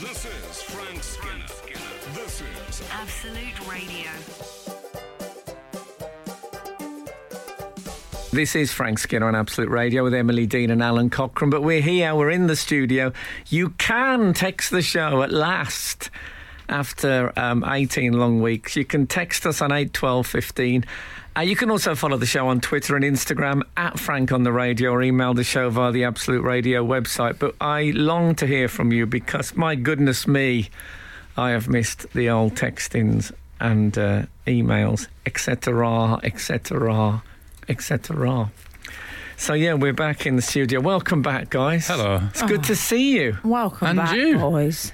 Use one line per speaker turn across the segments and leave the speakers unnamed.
This is Frank Skinner. This is
Absolute Radio.
This is Frank Skinner on Absolute Radio with Emily Dean and Alan Cochrane. But we're here, we're in the studio. You can text the show at last after um, 18 long weeks. You can text us on 8 12 15. Uh, you can also follow the show on Twitter and Instagram at Frank on the Radio or email the show via the Absolute Radio website. But I long to hear from you because, my goodness me, I have missed the old textings and uh, emails, etc., etc., etc. So yeah, we're back in the studio. Welcome back, guys.
Hello.
It's
Oh.
good to see you.
Welcome
And
back,
you.
boys.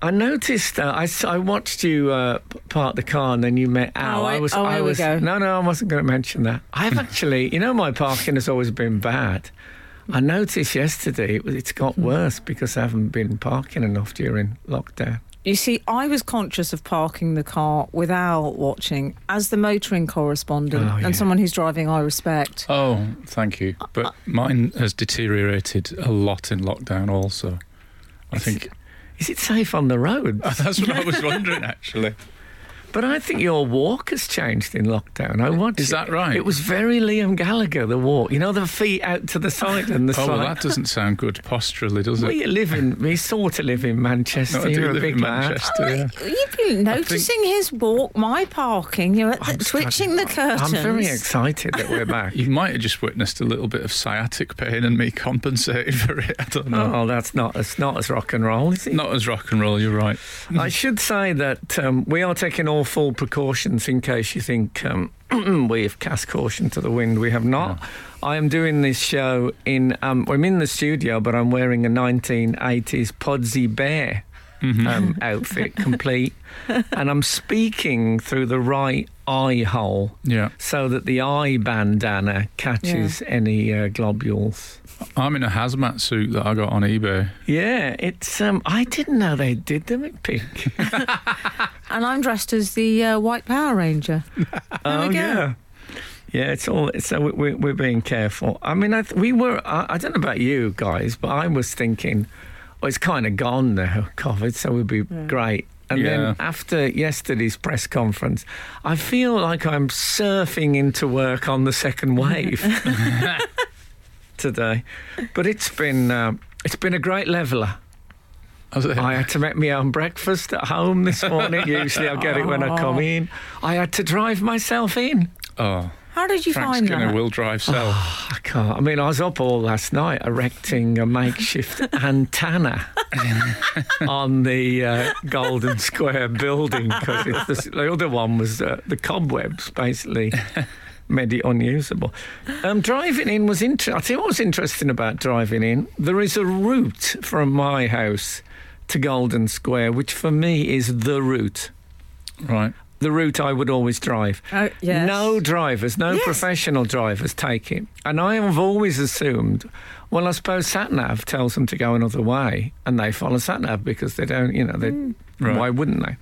I noticed. Uh, I s- I watched you uh, p- park the car, and then you met Al.
Oh, I-
I was.
oh,
I
here we
was.
go.
No, no, I wasn't going to mention that. I've actually, you know, my parking has always been bad. I noticed yesterday it, was- it's
Hmm.
got worse because I haven't been parking enough during lockdown.
You see, I was conscious of parking the car without watching as the motoring correspondent
Oh, yeah.
and someone who's driving I respect.
Oh, thank you. But mine has deteriorated a lot in lockdown. Also, I think
Is it safe on the road?
that's what I was wondering. Actually,
But I think your walk has changed in lockdown. I watched.
Is that
it.
right?
It was very Liam Gallagher the walk. You know, the feet out to the side and the
oh well,
side.
that doesn't sound good posturally, does
Well,
it?
you live in. We sort of live in Manchester.
No, I do
You're a
live
big
in
man.
Manchester. yeah.
You've been noticing his walk, my parking. You're at the,
I'm
twitching the
excited.
curtains.
I'm very excited that we're back.
You might have just witnessed a little bit of sciatic pain and me compensating for it. I don't know.
Oh, that's not as not as rock and roll, is it?
Not as rock and roll, you're right.
I should say that um, we are taking all full precautions in case you think um, we have cast caution to the wind. We have not. I am doing this show in. Um, I'm in the studio, but I'm wearing a 1980s Podsy Bear um, outfit, complete, and I'm speaking through the right eye hole.
Yeah.
So that the eye bandana catches any uh, globules.
I'm in a hazmat suit that I got on eBay.
Yeah, it's. Um, I didn't know they did them in pink.
And I'm dressed as the uh, White Power Ranger.
oh
go.
yeah, yeah. It's all. So we, we, we're being careful. I mean, I th- we were. I, I don't know about you guys, but I was thinking, oh, it's kind of gone now, COVID. So we'd be great. And
Yeah.
then after yesterday's press conference, I feel like I'm surfing into work on the second wave today. But it's been um, it's been a great leveler.
I, was-
I had to make my own breakfast at home this morning. Usually I get it when I come in. I had to drive myself in.
oh,
How did you
Frank
find
Skinner
that?
will drive south.
I can't. I mean, I was up all last night erecting a makeshift antenna on the uh, Golden Square building because the, the other one was uh, the cobwebs basically. Made it unusable. Um, driving in was interesting. I tell you what was interesting about driving in. There is a route from my house to Golden Square, which for me is the route
right.
the route I would always drive.
Oh, yes.
No drivers, no
Yes.
professional drivers take it. And I have always assumed, well, I suppose SatNav tells them to go another way and they follow SatNav because they don't, you know, they,
Hmm.
Right.
why wouldn't they?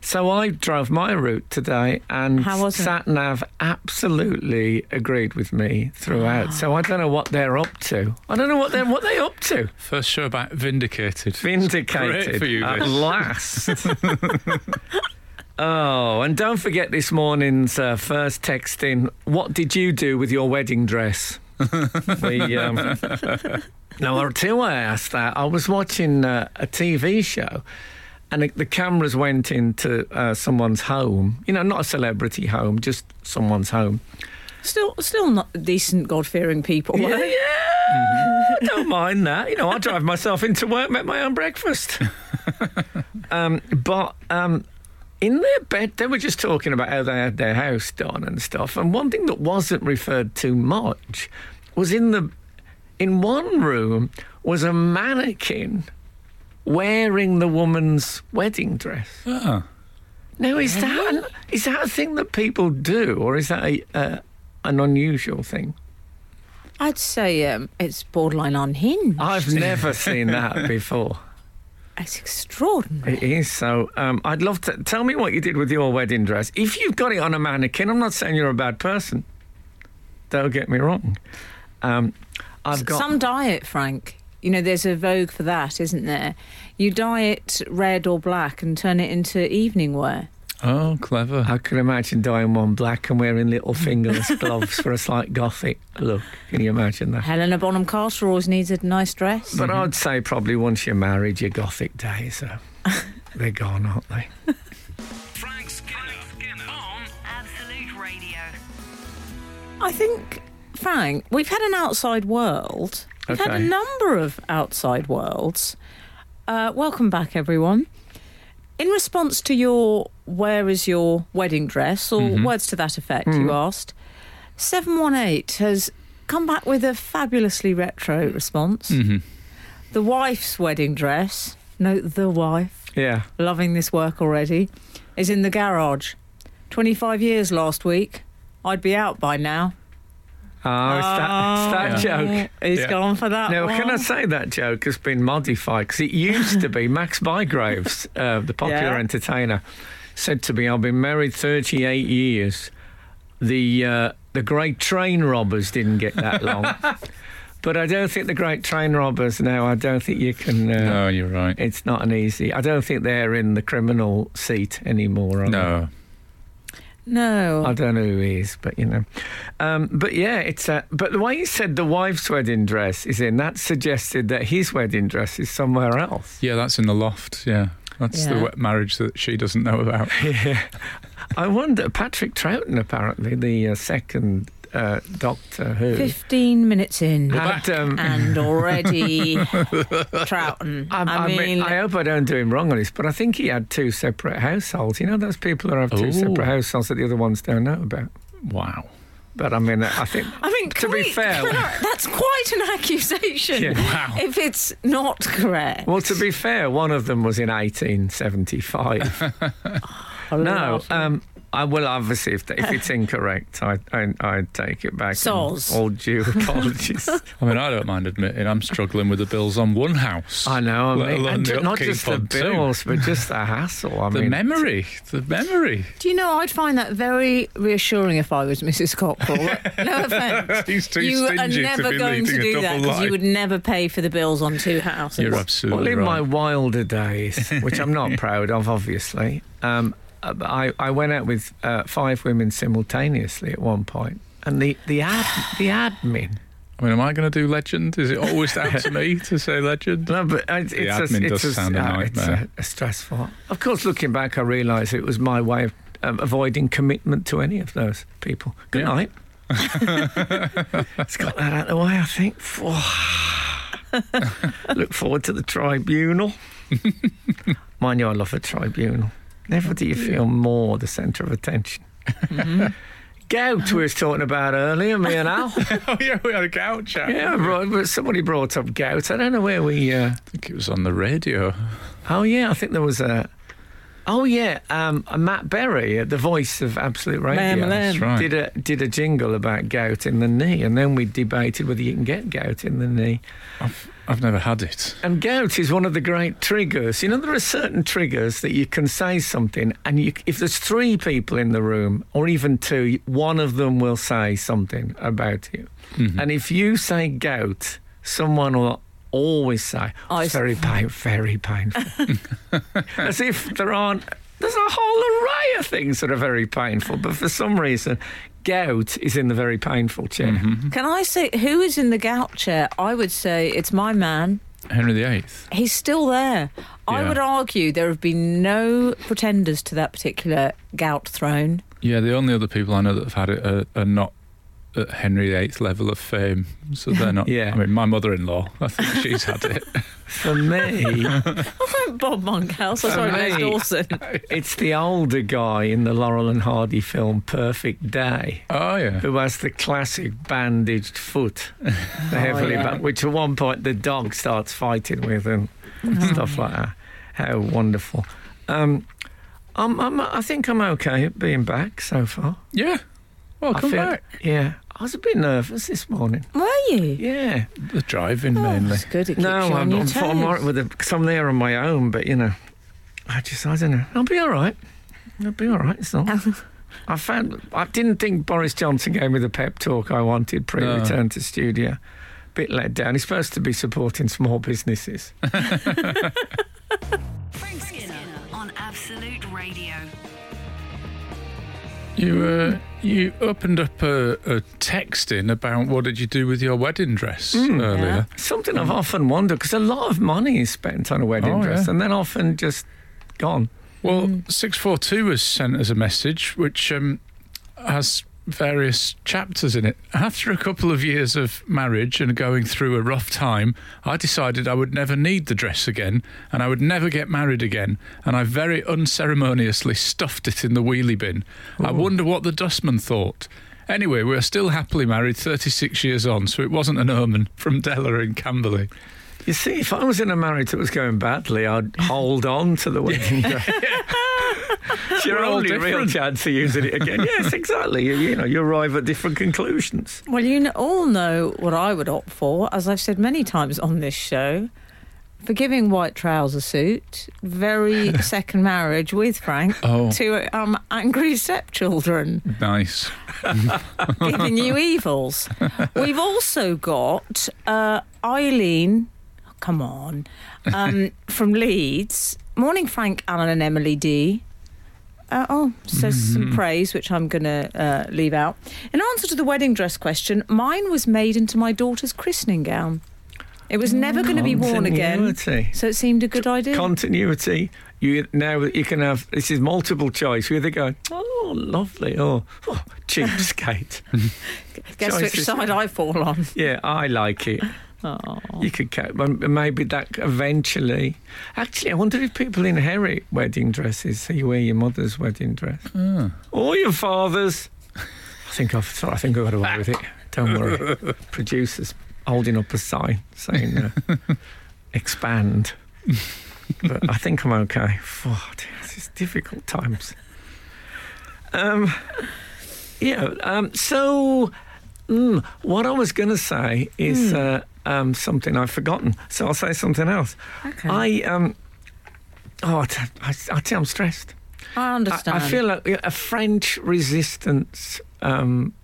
So I drove my route today and
How was it?
SatNav absolutely agreed with me
Ah.
throughout. So I don't know what they're up to. I don't know what they're what they up to.
First show back, vindicated.
Vindicated
Great for you,
at
this.
last. oh, and don't forget this morning's uh, first text in. What did you do with your wedding dress? we, um, no, I'll tell you why I asked that. I was watching uh, a TV show. And it- the cameras went into uh, someone's home, you know, not a celebrity home, just someone's home.
Still, still not decent, God-fearing people. eh?
Yeah, yeah. I don't mind that. You know, I drive myself into work, make my own breakfast. um, but um, in their bed, they were just talking about how they had their house done and stuff. And one thing that wasn't referred to much was in the in one room was a mannequin wearing the woman's wedding dress.
Ah.
Now, is that is that a thing that people do, or is that a, uh, an unusual thing?
I'd say um, it's borderline unhinged.
I've never seen that before.
It's extraordinary.
It is so. Um, I'd love to tell me what you did with your wedding dress. If you've got it on a mannequin, I'm not saying you're a bad person. Don't get me wrong. Um, I've got
Some diet, Frank. You know, there's a vogue for that, isn't there? You dye it red or black and turn it into evening wear.
Oh, clever.
I could imagine dyeing one black and wearing little fingerless gloves for a slight gothic look. Can you imagine that?
Helena Bonham Carter always needs a nice dress.
But I'd say probably once you're married, your gothic days are they're gone, aren't they?
Frank Skinner, on
Absolute Radio.
I think, Frank, we've had an outside world. We've had a
Okay.
number of outside worlds. Uh, welcome back, everyone. In response to your where is your wedding dress, or
Mm-hmm.
words to that effect, you
Mm.
asked, 718 has come back with a fabulously retro
Mm.
response.
Mm-hmm.
The wife's wedding dress, note the wife,
Yeah.
loving this work already, is in the garage. 25 years last week. I'd be out by now.
Oh, it's that, it's that joke.
He's
Yeah.
gone for that.
Now,
one.
can I say that joke has been modified? Because it used to be Max Bygraves, uh, the popular
Yeah.
entertainer, said to me, I've been married 38 years. The, uh, the great train robbers didn't get that long. but I don't think the great train robbers, no, I don't think you can. Uh,
No, you're right.
It's not an easy. I don't think they're in the criminal seat anymore. Are they?
No.
No.
I don't know who he is, but you know. Um, but yeah, it's a, but the way he said the wife's wedding dress is in that suggested that his wedding dress is somewhere else.
Yeah, that's in the loft. Yeah. That's the
Yeah.
wet marriage that she doesn't know about.
I wonder. Patrick Troughton, apparently the uh, second uh, Doctor Who,
15 minutes in.
had. Um,
and already Trouton.
I, I mean, I hope I don't do him wrong on this, but I think he had two separate households. You know, those people who have two
Ooh.
separate households that the other ones don't know about.
Wow.
But I mean, I think
I mean,
to
can
be
we-
fair-
can I- that's quite an accusation.
Yeah.
Wow.
If it's not correct,
Well, to be fair, one of them was in 1875.
I'll
no,
laugh.
um, I will obviously if, if it's incorrect, I I, I take it back. and
Soz.
All due apologies.
I mean, I don't mind admitting I'm struggling with the bills on one house.
I know. I
Let
mean,
alone
and
the
ju- not
upkeep
just the
on two.
bills, but just the hassle. I
The
mean,
memory. The memory.
do you know? I'd find that very reassuring if I was Mrs. Cockrell. no offence.
He's too
you are
stingy to
never
be
going to
leading
do
a
that
double
because you
life.
would never pay for the bills on two houses.
You're
well,
absolutely
in my
right.
wilder days, which I'm not proud of, obviously, um, I I went out with uh, five women simultaneously at one point, and the the ad, the admin.
I mean, am I going to do legend? Is it always down to me to say legend?
No, but I- it's, a,
admin
it's
does
a,
sound a
uh, it's
nightmare.
a- a stressful. Of course, looking back, I realise it was my way of um, avoiding commitment to any of those people. Good
Yeah.
night. it's got that out of the way, I think. Look forward to the tribunal. Mind you, I love a tribunal. Never do you feel more the centre of attention.
Mm-hmm.
Gout, we was talking about earlier, me and Al.
oh, yeah, we had a couch. chat.
yeah, right, but somebody brought up gout. I don't know where we. Uh,
I think it was on the radio.
Oh yeah, I think there was a. Oh yeah, um, Matt Berry, uh, the voice of Absolute Radio,
Lamb, lamb.
That's right.
did a did a jingle about gout in the knee, and then we debated whether you can get gout in the knee.
I've, I've never had it.
And gout is one of the great triggers. You know, there are certain triggers that you can say something, and you, if there's three people in the room, or even two, one of them will say something about you. And if you say gout, someone will always say, "Oh,
I
it's
s-
very, pain, very painful. As if there aren't, there's a whole array of things that are very painful, but for some reason, gout is in the very painful chair.
Can I say who is in the gout chair? I would say it's my man.
Henry VIII.
He's still there. I
Yeah.
would argue there have been no pretenders to that particular gout throne.
Yeah, the only other people I know that have had it are, are not at Henry VIII level of fame. So they're not.
Yeah.
I mean, my mother in law, I think she's had it.
For me,
Bob Monkhouse, I sorry,
For
Les
me.
Dawson.
It's the older guy in the Laurel and Hardy film Perfect Day
Oh, yeah.
who has the classic bandaged foot, the heavily
yeah.
ba- which at one point the dog starts fighting with and stuff like that. How wonderful! Um, I'm, I'm, I think I'm okay at being back so far.
Yeah. Welcome
I feel,
back.
Yeah, I was a bit nervous this morning.
Were you?
Yeah,
The driving
Ah.
mainly.
Oh, It's good. It keeps
no,
you on
I'm,
your
I'm,
toes.
I'm all right with it because I'm there on my own. But you know, I just I don't know. I'll be all right. I'll be all right. It's not.
Oh.
I found I didn't think Boris Johnson gave me the pep talk I wanted pre-return to studio bit let down. He's supposed to be supporting small businesses.
Frank Skinner on Absolute Radio.
You uh, you opened up a, a text in about what did you do with your wedding dress
Mm.
earlier.
Something
Mm.
I've often wondered because a lot of money is spent on a wedding
Oh,
dress
yeah.
and then often just gone.
Well, six four two was sent as a message, which um, has various chapters in it. After a couple of years of marriage and going through a rough time, I decided I would never need the dress again, and I would never get married again. And I very unceremoniously stuffed it in the wheelie bin. I wonder what the dustman thought. Anyway, we are still happily married 36 years on, so it wasn't an omen from Della in Camberley.
You see, if I was in a marriage that was going badly, I'd hold on to the wedding dress. It's your
We're all
only real
different.
chance of using it again. yes, exactly. You, you know, you arrive at different conclusions.
Well, you kn- all know what I would opt for, as I've said many times on this show. Forgiving white trouser suit, very second marriage with Frank
Oh.
to um, angry stepchildren,
Nice.
giving you evils. We've also got uh, Eileen, oh, come on, um, from Leeds. Morning, Frank, Alan, and Emily D. Uh, oh, says
Mm-hmm.
some praise, which I'm going to uh, leave out. In answer to the wedding dress question, mine was made into my daughter's christening gown. It was never going to be worn again,
Continuity.
so it seemed a good idea.
Continuity. You now you can have this is multiple choice. You're either going, oh, lovely, or oh, cheapskate.
Guess which
choices.
side I fall on.
yeah, I like it.
Oh.
You could ca- well, maybe that eventually. Actually, I wonder if people inherit wedding dresses. So you wear your mother's wedding dress or your father's. I think I've sorry, I think I got away with it. Don't worry. Producers holding up a sign saying uh, expand. but I think I'm okay. Oh, dear, this is difficult times. Um, yeah. Um, so, mm, what I was going to say is uh, um, something I've forgotten. So I'll say something else.
Okay.
I um, oh, I, t- I, I tell you, I'm stressed.
I
I,
understand.
I feel like a French resistance um,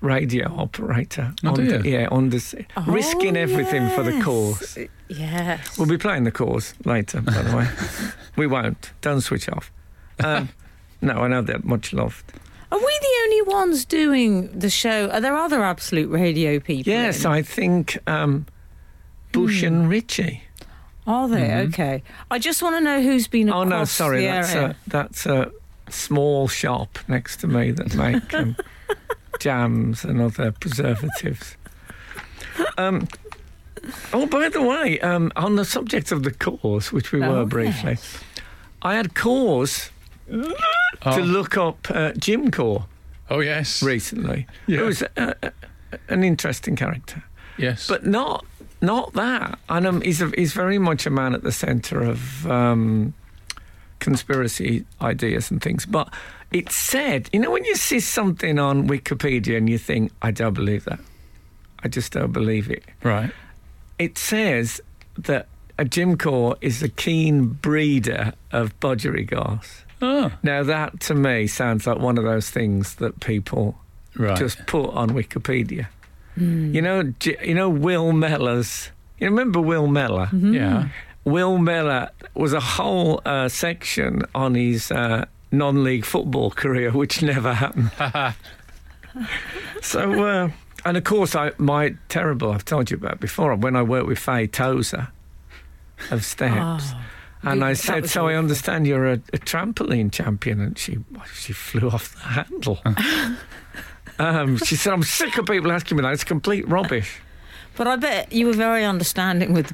radio operator.
Oh,
on
do
the,
you?
yeah, on the s-
Oh,
risking everything for the
yes.
cause.
Yes.
We'll be playing the cause later, by the way. we won't. Don't switch off. Um, no, I know they're much loved.
Are we the only ones doing the show? Are there other Absolute Radio people?
Yes,
in?
I think um, Bush and Ritchie.
Are they? Okay. I just want to know who's been
Mm-hmm. Oh
across
no, sorry,
the
that's uh,
area.
a, that's a small shop next to me that make um, jams and other preservatives. Um, oh, by the way, um, on the subject of the cause, which we
Oh,
were briefly,
yes.
I had cause
Oh,
to look up uh, Jim Core
oh yes.
recently.
Yeah.
It was uh, uh, an interesting character.
Yes.
But not not that. And um, he's a, he's very much a man at the centre of um, conspiracy ideas and things. But it said, you know, when you see something on Wikipedia and you think, I don't believe that. I just don't believe it.
right.
It says that a Jim Core is a keen breeder of budgerigars.
Oh,
Now that to me sounds like one of those things that people
right.
just put on Wikipedia. You know, J- you know Will Mellor's. You remember Will Mellor?
Mm-hmm.
Yeah.
Will Mellor was a whole uh, section on his uh, non-league football career, which never happened. so, uh, and of course, I my terrible. I've told you about before when I worked with Faye Tozer of Steps.
Oh.
And I
That
said,
was
"So I
awful.
understand you're a, a trampoline champion," and she she flew off the handle. um, she said, "I'm sick of people asking me that. It's complete rubbish."
But I bet you were very understanding with the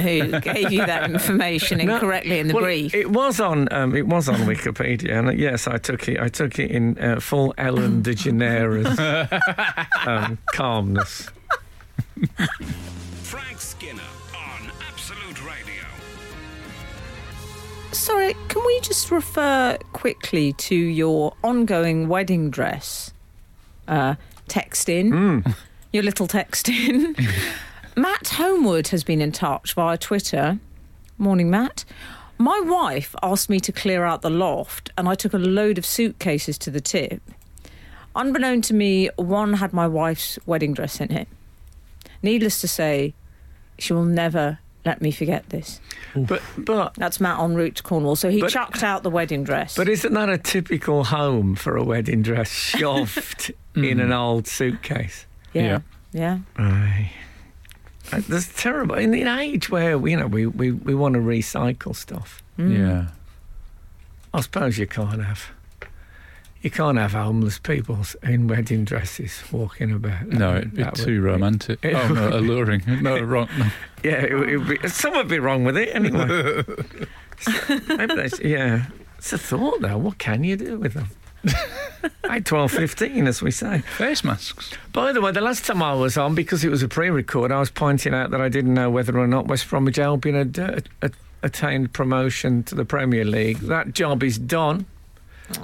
who gave you that information
No,
incorrectly in the
well,
brief.
It was on um, it was on Wikipedia, and uh, yes, I took it. I took it in uh, full Ellen DeGeneres um, calmness.
Frank Skinner on Absolute Radio.
Sorry, can we just refer quickly to your ongoing wedding dress uh, text in? Your little text in. Matt Homewood has been in touch via Twitter. Morning, Matt. My wife asked me to clear out the loft, and I took a load of suitcases to the tip. Unbeknown to me, one had my wife's wedding dress in it. Needless to say, she will never let me forget this.
But but
That's Matt en route to Cornwall. So he
But-
chucked out the wedding dress.
but isn't that a typical home for a wedding dress shoved in an old suitcase?
yeah. Yeah.
Right. Uh, That's terrible. In an age where you know we, we, we want to recycle stuff,
Yeah.
I suppose you can't have you can't have homeless people in wedding dresses walking about.
No, it'd be
That would-
too romantic.
it
oh, no, alluring. No, wrong. No.
Yeah, it, would- it would be, some would be wrong with it anyway. So, maybe that's, yeah, it's a thought though. What can you do with them? I twelve fifteen, as we say.
Face masks.
By the way, the last time I was on, because it was a pre-record, I was pointing out that I didn't know whether or not West Bromwich Albion had uh, a- attained promotion to the Premier League. That job is done.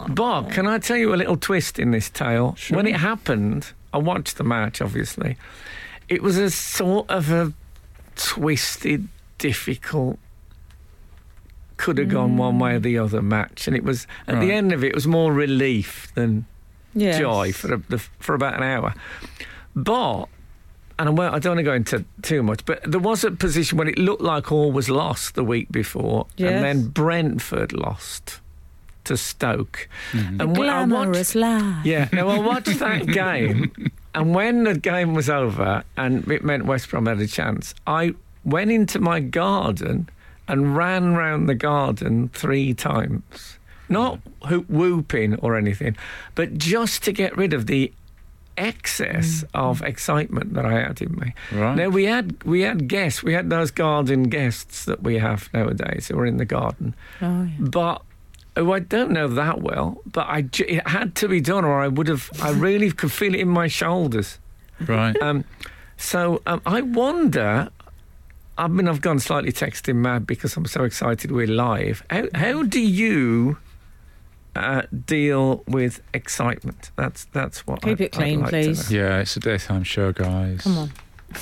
Bob, can I tell you a little twist in this tale?
Sure.
When it happened, I watched the match, obviously. It was a sort of a twisted, difficult, could have gone one way or the other match, and it was at
Mm. Right.
the end of it, it was more relief than
Yes.
joy for a, the, for about an hour. But and I won't- I don't want to go into too much, but there was a position when it looked like all was lost the week before,
Yes.
and then Brentford lost to Stoke. And when I watched,
Glamorous lad.
yeah, now I watched that game, and when the game was over and it meant West Brom had a chance, I went into my garden and ran round the garden three times. Not ho- whooping or anything, but just to get rid of the excess of excitement that I had in me.
Right.
Now we had we had guests, we had those garden guests that we have nowadays who are in the garden
Oh, yeah.
but oh, I don't know that well. But I ju- it had to be done, or I would have. I really could feel it in my shoulders.
Right.
Um, so um, I wonder. I mean, I've gone slightly texting mad because I'm so excited we're live. How how do you uh, deal with excitement? That's that's what.
Keep
I'd-
it clean,
I'd like to
please.
know.
yeah, it's a daytime show, guys.
Come on.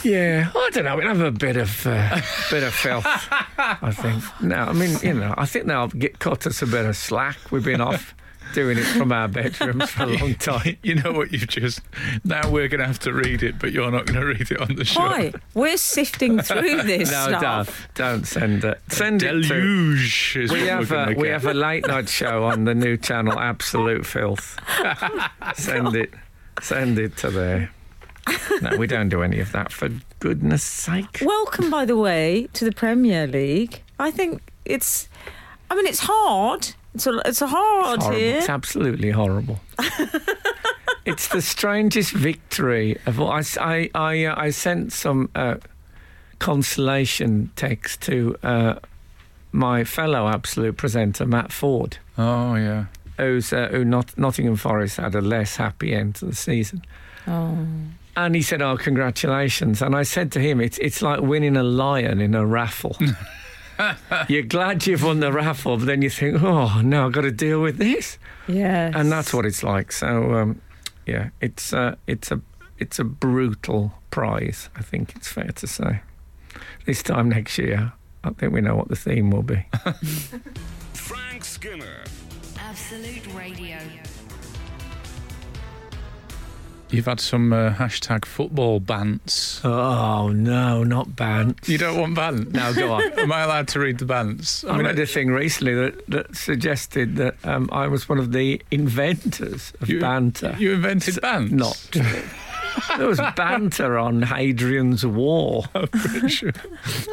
Yeah, I don't know. We'll have a bit of uh, bit of filth. I think. No, I mean, you know, I think they'll get cut us a bit of slack. We've been off doing it from our bedrooms for a long time.
You know what you've just. Now we're going to have to read it, but you're not going to read it on the show.
Why? We're sifting through this
No,
stuff.
don't, don't send it. Send it to.
Deluge is
We
what
have
we're
a
going to
we
get.
have a late night show on the new channel, Absolute Filth. send it, send it to there. No, we don't do any of that for goodness sake.
Welcome, by the way, to the Premier League. I think it's. I mean, it's hard. It's a, it's a hard
horrible.
here.
It's absolutely horrible. it's the strangest victory of all. I s- I I, uh, I sent some uh, consolation text to uh, my fellow absolute presenter Matt Ford,
Oh, yeah.
who's uh, who not, Nottingham Forest had a less happy end to the season.
Oh.
And he said, "Oh, congratulations!" And I said to him, "It's it's like winning a lion in a raffle. You're glad you've won the raffle, but then you think, oh no, I've got to deal with this."
Yes.
and that's what it's like. So um, yeah, it's uh, it's a it's a brutal prize. I think it's fair to say. This time next year, I think we know what the theme will be.
Frank Skinner.
Absolute Radio.
You've had some uh, hashtag football bants.
oh no, not banned.
You don't want bants?
No, go on.
Am I allowed to read the bants?
I read a thing recently that, that suggested that um, I was one of the inventors of
you,
banter.
You invented bants?
not true. there was banter on Hadrian's War.
Sure.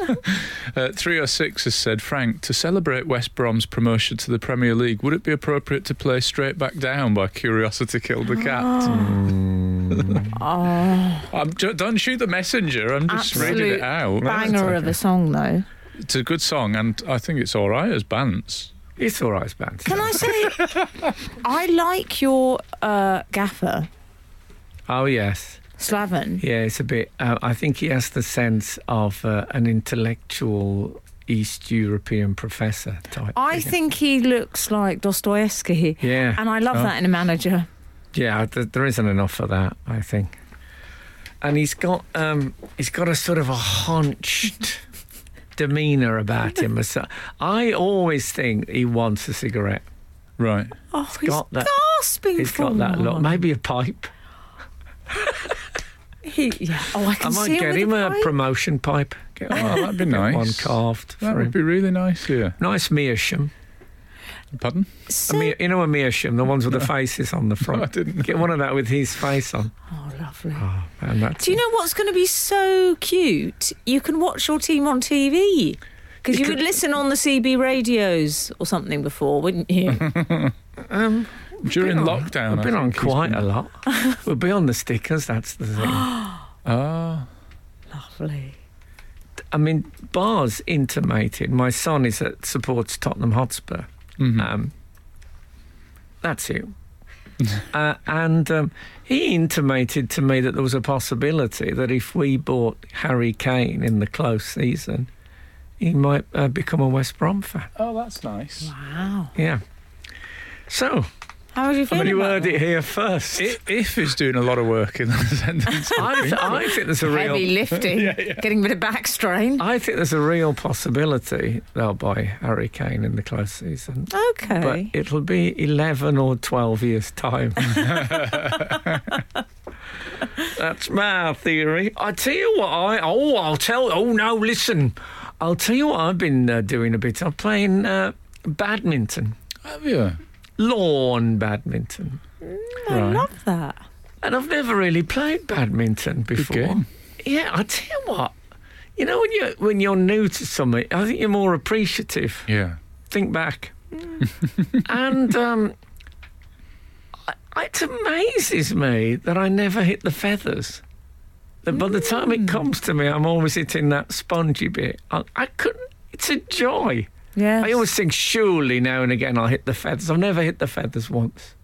uh, 306 has said, Frank, to celebrate West Brom's promotion to the Premier League, would it be appropriate to play Straight Back Down by Curiosity Killed the
Ah,
Cat?
Mm.
I'm ju- don't shoot the messenger. I'm just reading
Absolute
it out.
banger of a song, though.
It's a good song, and I think it's all right as Bants.
It's all right, it's banter.
Can I say, I like your uh, gaffer,
Oh yes.
Slaven.
Yeah, it's a bit. Uh, I think he has the sense of uh, an intellectual East European professor type.
I
figure.
think he looks like Dostoevsky.
Yeah.
And I love
Oh.
that in a manager.
Yeah, th- there isn't enough for that. I think. And he's got um, he's got a sort of a hunched demeanour about him. So I always think he wants a cigarette.
Right.
Oh, he's
got that-
gasping
He's
for
got that
one.
look. Maybe a pipe.
He, yeah. Oh, I
I
can see
might get
with
him
the
a
pipe.
promotion pipe. Get,
Oh, that'd be
get
nice.
one carved
That
for
would
him.
be really nice, yeah.
Nice meerschaum.
Pardon?
A
So-
meer, you know a meerschaum, the ones with the faces on the front.
I didn't
Get one of that with his face on.
oh, lovely.
Oh, man, that's
Do you know what's going to be so cute? You can watch your team on TV. Because you,
could-
would listen on the CB radios or something before, wouldn't you?
During
um, been on-
lockdown.
We've been
I
on
think he's
quite
been-
a lot. we'll be on the stickers. That's the thing.
Ah,
Lovely.
I mean, bars intimated. My son is at, supports Tottenham Hotspur.
mhm.
Um, that's it. uh, and um, he intimated to me that there was a possibility that if we bought Harry Kane in the close season, he might uh, become a West Brom fan.
Oh, that's nice.
Wow.
Yeah. So,
How would you feel?
I mean, you
about
heard
that?
it here first.
I- If is doing a lot of work in that sentence.
I, th- I think there's a real
Heavy lifting, getting a bit of back strain.
I think there's a real possibility they'll buy Harry Kane in the close season. But
Okay.
it'll be 11 or 12 years' time. That's my theory. I tell you what, I. Oh, I'll tell. Oh, no, listen. I'll tell you what I've been uh, doing a bit. I'm playing uh, badminton,
Have you?
lawn badminton.
I
Right.
love that.
And I've never really played badminton before.
game.
Yeah, I tell you what. You know when you when you're new to something, I think you're more appreciative.
Yeah.
Think back, and um, I, it amazes me that I never hit the feathers. That by the time it comes to me, I'm always hitting that spongy bit. I, I couldn't. It's a joy.
Yeah.
I always think surely now and again I'll hit the feathers. I've never hit the feathers once.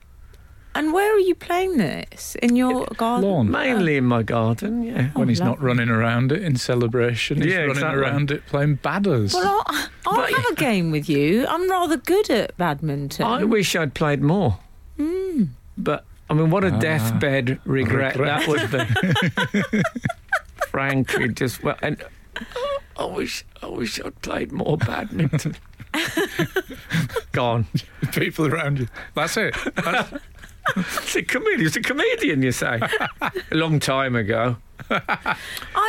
And where are you playing this? In your
Uh,
garden?
Lawn.
Mainly in my garden. Yeah.
when
Oh,
he's not
lovely.
running around it in celebration, he's
Yeah,
running
exactly.
around it playing badders.
Well, I'll, I'll
But-
have a game with you. I'm rather good at badminton.
I wish I'd played more. But I mean, what a
Ah,
deathbed regret,
regret.
that would be. Frankly, just well, and I wish I wish I'd played more badminton. Gone.
People around you. That's it. That's,
It's a comedian. It's a comedian. You say a long time ago.
I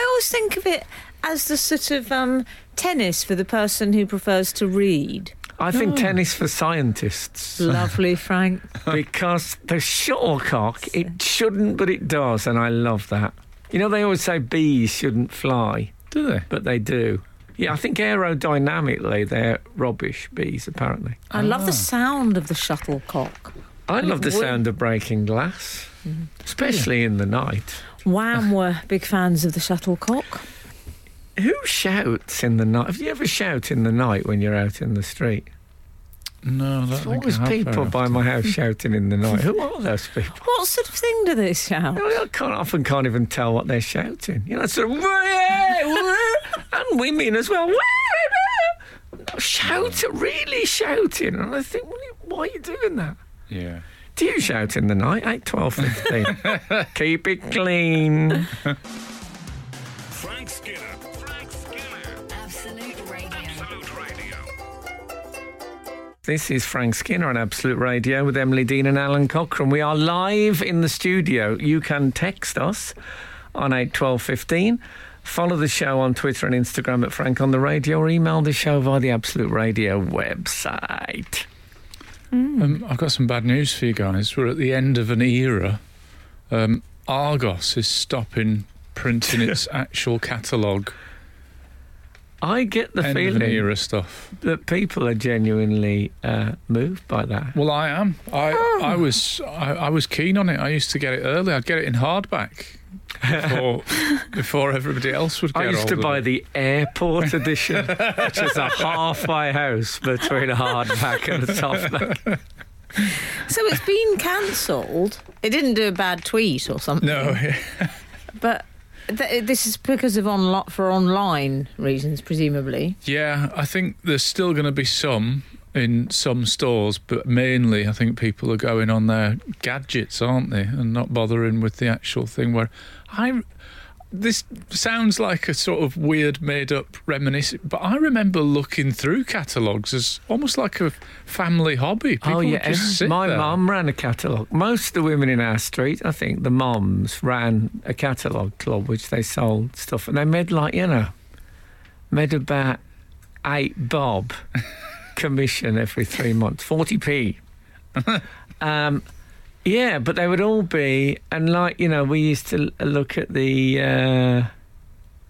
always think of it as the sort of um, tennis for the person who prefers to read.
I think
Oh.
tennis for scientists
Lovely, Frank.
because the shuttlecock it shouldn't, but it does, and I love that. You know they always say bees shouldn't fly.
do they?
but they do. Yeah, I think aerodynamically they're rubbish bees. Apparently,
I love the sound of the shuttlecock.
I love the
Well-
sound of breaking glass, especially in the night.
Wham were big fans of the shuttlecock.
Who shouts in the night? Have you ever shout in the night when you're out in the street?
No, I don't
There's
think
always
I have
people
very
by
often.
my house shouting in the night. Who are those people?
What sort of thing do they shout?
I can't, often can't even tell what they're shouting. You know, sort of, and women as well. Shout, really shouting. And I think, why are you doing that?
Yeah.
Do you shout in the night? 8, 12, 15. Keep it clean.
Frank Skinner. Frank Skinner.
Absolute Radio.
Absolute Radio.
This is Frank Skinner on Absolute Radio with Emily Dean and Alan Cochrane. We are live in the studio. You can text us on 8, 12, 15. Follow the show on Twitter and Instagram at Frank on the Radio or email the show via the Absolute Radio website.
Um, I've got some bad news for you guys. We're at the end of an era. Um, Argos is stopping printing its actual catalogue.
I get the
End of an
feeling
era stuff.
that people are genuinely uh, moved by that.
Well, I am. I I was I, I was keen on it. I used to get it early. I'd get it in hardback before before everybody else would get.
I used
hold
to
of
buy
it.
the airport edition, which is a halfway house between a hardback and a softback.
So it's been cancelled. It didn't do a bad tweet or something.
No,
But th- this is because of onlo- for online reasons, presumably.
yeah, I think there's still going to be some in some stores, but mainly I think people are going on their gadgets, aren't they, and not bothering with the actual thing. Where I, this sounds like a sort of weird, made up reminiscence, but I remember looking through catalogues as almost like a family hobby. People
oh
would
yeah,
just
ev-
sit
my
there.
mum ran a catalogue. Most of the women in our street, I think, the moms ran a catalogue club which they sold stuff, and they made like you know, made about eight bob commission every three months, forty p. um, yeah, but they would all be, and like you know, we used to l- look at the. Uh,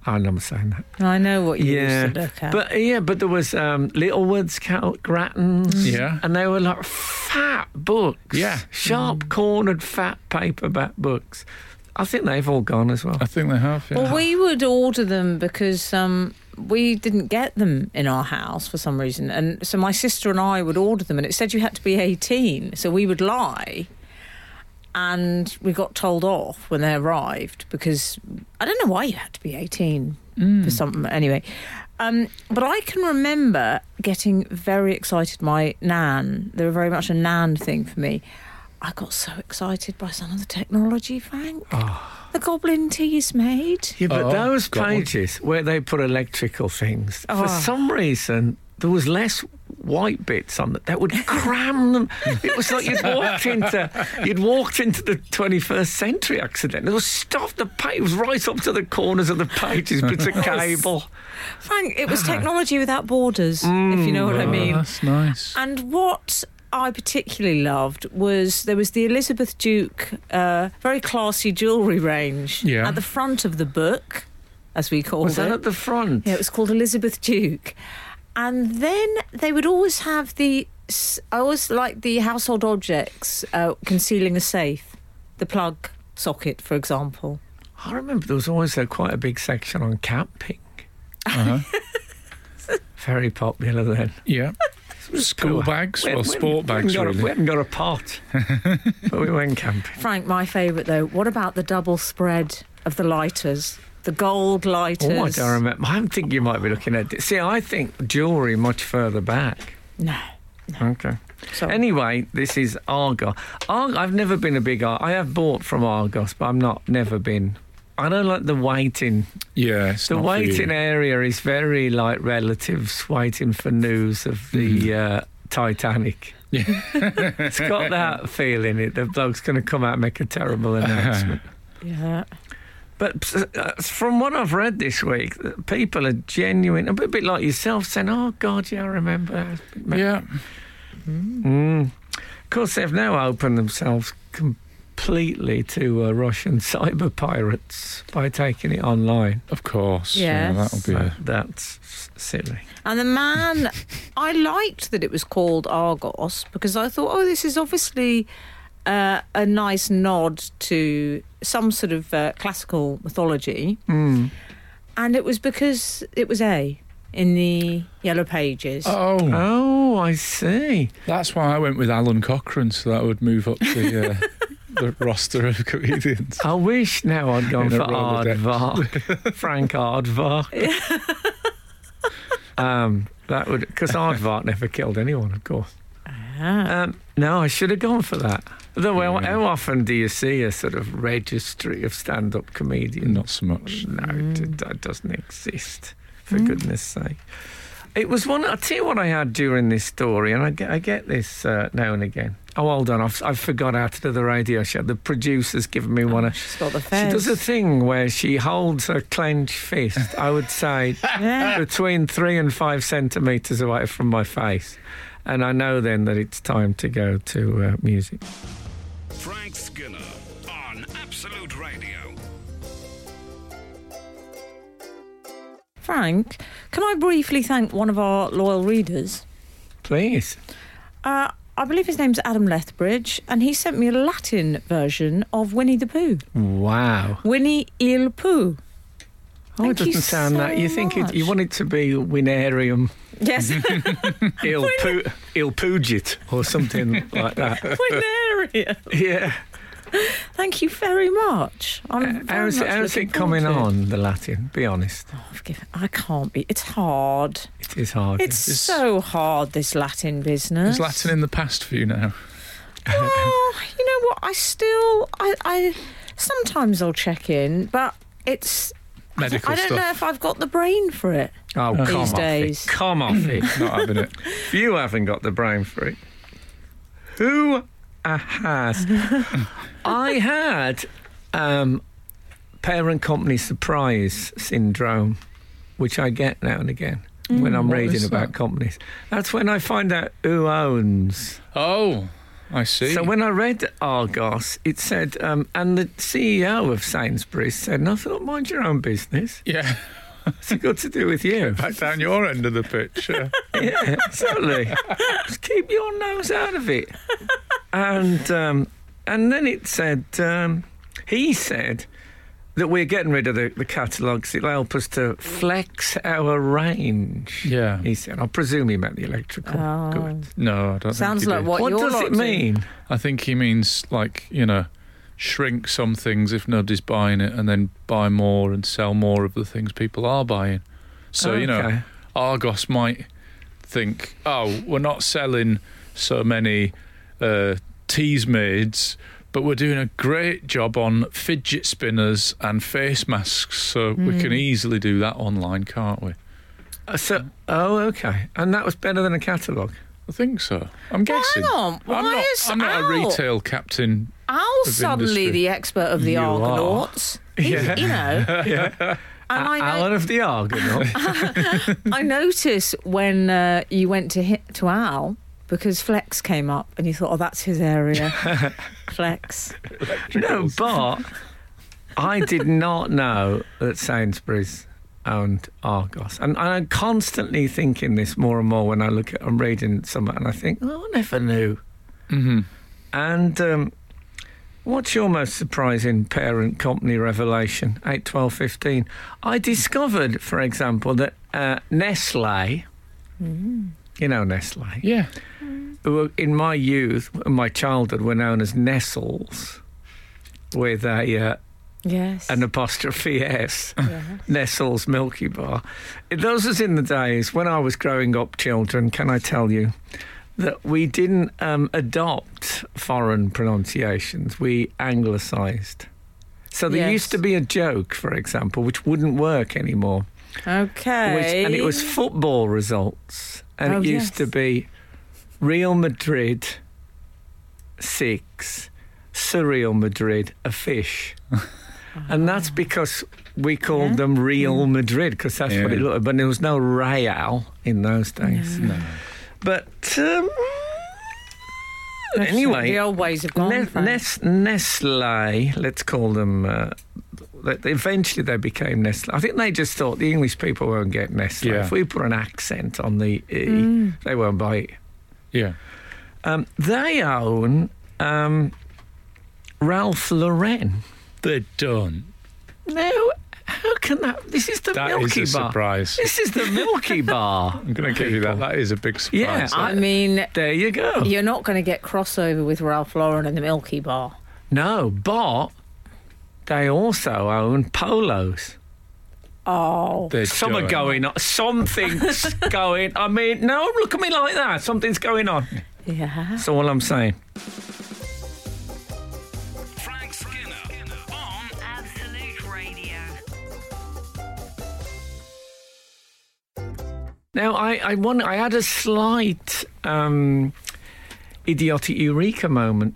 I'm not saying that.
I know what you
Yeah,
used to look at.
but yeah, but there was um, Littlewoods, Cal- Grattans,
Mm. Yeah.
and they were like fat books,
Yeah.
Mm.
sharp cornered fat paperback books. I think they've all gone as well.
I think they have. Yeah.
well, we would order them because um, we didn't get them in our house for some reason, and so my sister and I would order them, and it said you had to be eighteen, so we would lie, and we got told off when they arrived because I don't know why you had to be eighteen
Mm.
for something. Anyway, um, but I can remember getting very excited. My nan, they were very much a nan thing for me. I got so excited by some of the technology, Frank. The goblin tea's made.
Yeah, but
Oh,
those
got one.
pages where they put electrical things,
Oh.
for some reason, there was less white bits on that. That would cram them. It was like you'd walked into you'd walked into the 21st century accident. There was stuff. The page was right up to the corners of the pages, bits of cable.
Frank, it was technology without borders, if you know what I
Oh,
mean.
that's nice.
And what I particularly loved was there was the Elizabeth Duke uh, very classy jewellery range
Yeah.
at the front of the book, as we called
Was
it.
that at the front?
Yeah, it was called Elizabeth Duke. And then they would always have the, s- I always like the household objects uh, concealing a safe, the plug socket, for example.
I remember there was always a, quite a big section on camping.
Uh-huh.
Very popular then.
Yeah. School bags,
We-
well,
we-
sport
we haven't
bags,
got a-
really.
we haven't got a pot, but we went camping.
Frank, my favourite though, what about the double spread of the lighters? The gold lighters.
Oh, I don't remember. I think you might be looking at it. See, I think jewellery much further back.
No.
Okay.
Sorry.
Anyway, this is Argos. Ar- I've never been a big Ar- I have bought from Argos, but I'm not never been. I don't like the waiting.
Yeah. It's
The
not for you.
waiting area is very like relatives waiting for news of the uh, Titanic.
Mm-hmm. Yeah.
It's got that feeling. It the bloke's going to come out and make a terrible announcement.
Yeah.
But uh, from what I've read this week, uh, people are genuine, a bit, bit like yourself, saying, "Oh God, yeah, I remember."
Yeah.
Mm. Of course, they've now opened themselves completely to uh, Russian cyber pirates by taking it online.
Of course. Yeah,
Yes.
that'll be. A,
That- that's s- silly.
And the man, I liked that it was called Argos because I thought, oh, this is obviously uh, a nice nod to some sort of uh, classical mythology.
Mm.
And it was because it was A in the Yellow Pages.
oh,
Oh, I see.
that's why I went with Alan Cochrane, so that would move up the uh, the roster of comedians.
Oh.
I wish now I'd gone
In a
for
Rolodex.
Aardvark, Frank Aardvark. um, that would because Aardvark never killed anyone, of course.
Ah.
Um, no, I should have gone for that. Though, how-
Yeah.
how often do you see a sort of registry of stand-up comedians?
Not so much.
No,
Mm.
it, that doesn't exist. For goodness' sake, it was one. I'll tell you what I had during this story, and I get, I get this uh, now and again. Oh, hold on, I've, I forgot how to do the radio show. The producer's given me one. of-
Oh, She's got the
She
fez.
does a thing where she holds her clenched fist. I would say
Yeah.
between three and five centimeters away from my face. And I know then that it's time to go to uh, music.
Frank Skinner on Absolute Radio.
Frank, can I briefly thank one of our loyal readers?
Please.
Uh, I believe his name's Adam Lethbridge, and he sent me a Latin version of Winnie the Pooh.
Wow.
Winnie il Pooh.
Oh, it
Thank you
doesn't sound
so
that. You think it, you
much.
want it to be Winarium
Yes,
Il, Poo, Il Pugit or something like that.
Winaria.
Yeah.
Thank you very much. I'm very
Uh, How's,
much
how's
looking
it coming
forward to
on, the Latin? Be honest.
it. Oh, forgive- I can't be. It's hard.
It is hard.
It's
It's-
so hard, this Latin business. Oh,
Is Latin in the past for you now?
well, you know what? I still, I, I sometimes I'll check in, but it's
Medical
I don't
stuff.
know if I've got the brain for it.
Oh,
These
come off
days.
it. Come off it.
Not having it.
If you haven't got the brain for it, who uh, has? I had um, parent company surprise syndrome, which I get now and again
Mm,
when I'm
What
reading
is
about
that?
companies. That's when I find out who owns.
Oh, I see.
So when I read Argos, it said, um, and the CEO of Sainsbury's said, and I thought, mind your own business.
yeah,
It's got to do with you.
back down your end of the pitch. yeah.
yeah, exactly. Just keep your nose out of it. And um, and then it said, um, he said that we're getting rid of the, the catalogues. It'll help us to flex our range.
Yeah.
He said, I presume he meant the electrical
Oh.
goods.
No, I don't.
Sounds
think he
like
did.
what-
What
you're
does it
locked in.
mean?
I think he means like you know, shrink some things if nobody's buying it, and then buy more and sell more of the things people are buying. So you know,
Okay.
Argos might think, oh, we're not selling so many uh, teas maids. But we're doing a great job on fidget spinners and face masks, so we can easily do that online, can't we?
Uh, So, oh, okay. And that was better than a catalogue.
I think so. I'm guessing.
hang on.
I'm
Why
not,
is
I'm not
Al-
a retail captain.
Al's
of
suddenly
industry.
the expert of the
You are.
Argonauts. He- You know. And I, know-
Alan of the Argonaut.
I noticed when uh, you went to hit to Al because Flex came up and you thought, oh, that's his area. Flex.
No, but I did not know that Sainsbury's owned Argos, and, and I'm constantly thinking this more and more when I look at I'm reading some, and I think, oh, I never knew.
Mm-hmm.
And um, what's your most surprising parent company revelation? Eight, twelve, fifteen. I discovered, for example, that uh, Nestle.
Mm.
You know Nestle,
Yeah.
who were- in my youth, in my childhood, were known as Nestles, with a uh,
Yes.
an apostrophe S,
Yeah.
Nestle's Milky Bar. Those was in the days when I was growing up, children, can I tell you, that we didn't um, adopt foreign pronunciations, we anglicised. So there
Yes.
used to be a joke, for example, which wouldn't work anymore.
Okay.
Which, and it was football results. And
Oh,
it used
yes.
to be Real Madrid 6, Surreal Madrid, a fish. and that's because we called
Yeah. Mm.
them Real Madrid because that's what it
Yeah.
looked like. But there was no Real in those days.
No.
But um,
That's
anyway,
The old ways have gone.
Ne-
Frank.
Nes- Nestle, let's call them. Uh, they- they- eventually, they became Nestle. I think they just thought the English people won't get Nestle.
Yeah.
If we put an accent on the E, they won't buy it.
Yeah.
Um, they own um, Ralph Lauren.
They're done.
Now, how can that? This is the
That is
Milky
a
Bar.
surprise.
This is the Milky Bar.
I'm going to give you that. That is a big surprise.
Yeah,
I mean,
There you go.
you're not going to get crossover with Ralph Lauren and the Milky Bar.
No, but they also own polos.
Oh.
They're
Some are
done.
going on. Something's going. I mean, no, look at me like that. Something's going on.
Yeah.
That's all I'm saying.
Frank Skinner on
Absolute Radio.
Now, I I, want, I had a slight um, idiotic eureka moment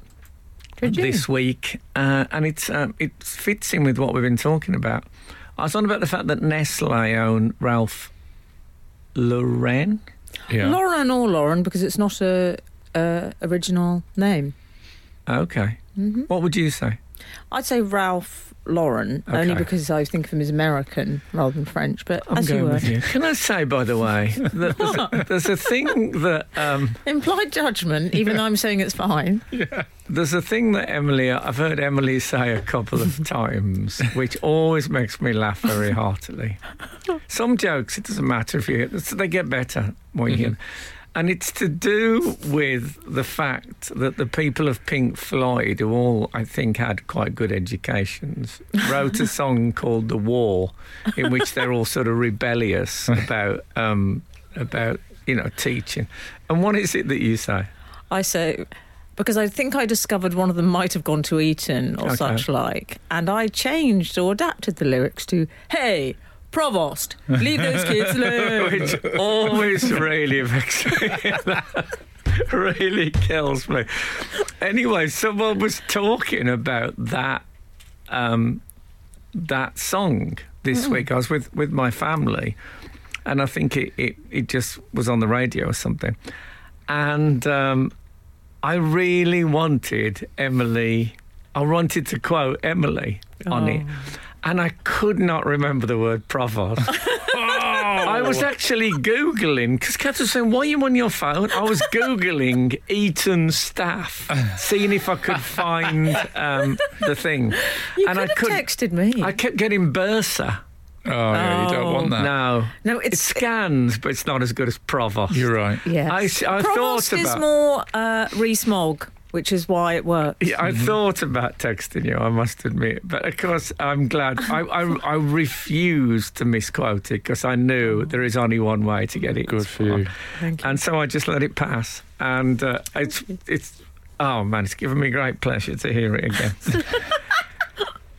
Did you?
this week, uh, and it's um, it fits in with what we've been talking about. I was on about the fact that Nestle own Ralph Lauren.
Yeah.
Lauren or Lauren because it's not a, a original name.
Okay,
Mm-hmm.
what would you say?
I'd say Ralph Lauren only
Okay.
because I think of him as American rather than French. But
I'm
as you
going
were,
with you. Can I say, by the way, that there's, a, there's a thing that. Um,
implied judgment. Even though I'm saying it's fine.
There's a thing that Emily, I've heard Emily say a couple of times, which always makes me laugh very heartily. Some jokes, it doesn't matter if you hear so they get better when you hear them. And it's to do with the fact that the people of Pink Floyd, who all, I think, had quite good educations, wrote a song called The War, in which they're all sort of rebellious about, um, about you know, teaching. And what is it that you say?
I say because I think I discovered one of them might have gone to Eton or
Okay.
such like, and I changed or adapted the lyrics to "Hey, provost, leave those kids alone."
Which always really vexes me. That really kills me. Anyway, someone was talking about that um, that song this week. I was with, with my family, and I think it, it, it just was on the radio or something. And um, I really wanted Emily, I wanted to quote Emily on it.
Oh.
And I could not remember the word provost. I
Oh.
was actually Googling, because Kat was saying, Why are you on your phone? I was Googling Eton staff, seeing if I could find um, the thing.
You
and I
could
couldn't.
have texted me.
I kept getting Bursa.
Oh, yeah, you don't want that.
No.
no,
It
it's
scans, but it's not as good as Provost.
You're right.
yeah.
I s- I
provost
thought
is
about-
more uh, Rees Mogg, which is why it works.
Yeah,
Mm-hmm.
I thought about texting you, I must admit. But of course, I'm glad. I, I, I refused to misquote it because I knew there is only one way to get it.
Oh. Good for you.
Thank you.
And so I just let it pass. And uh, it's, it's, oh man, it's given me great pleasure to hear it again.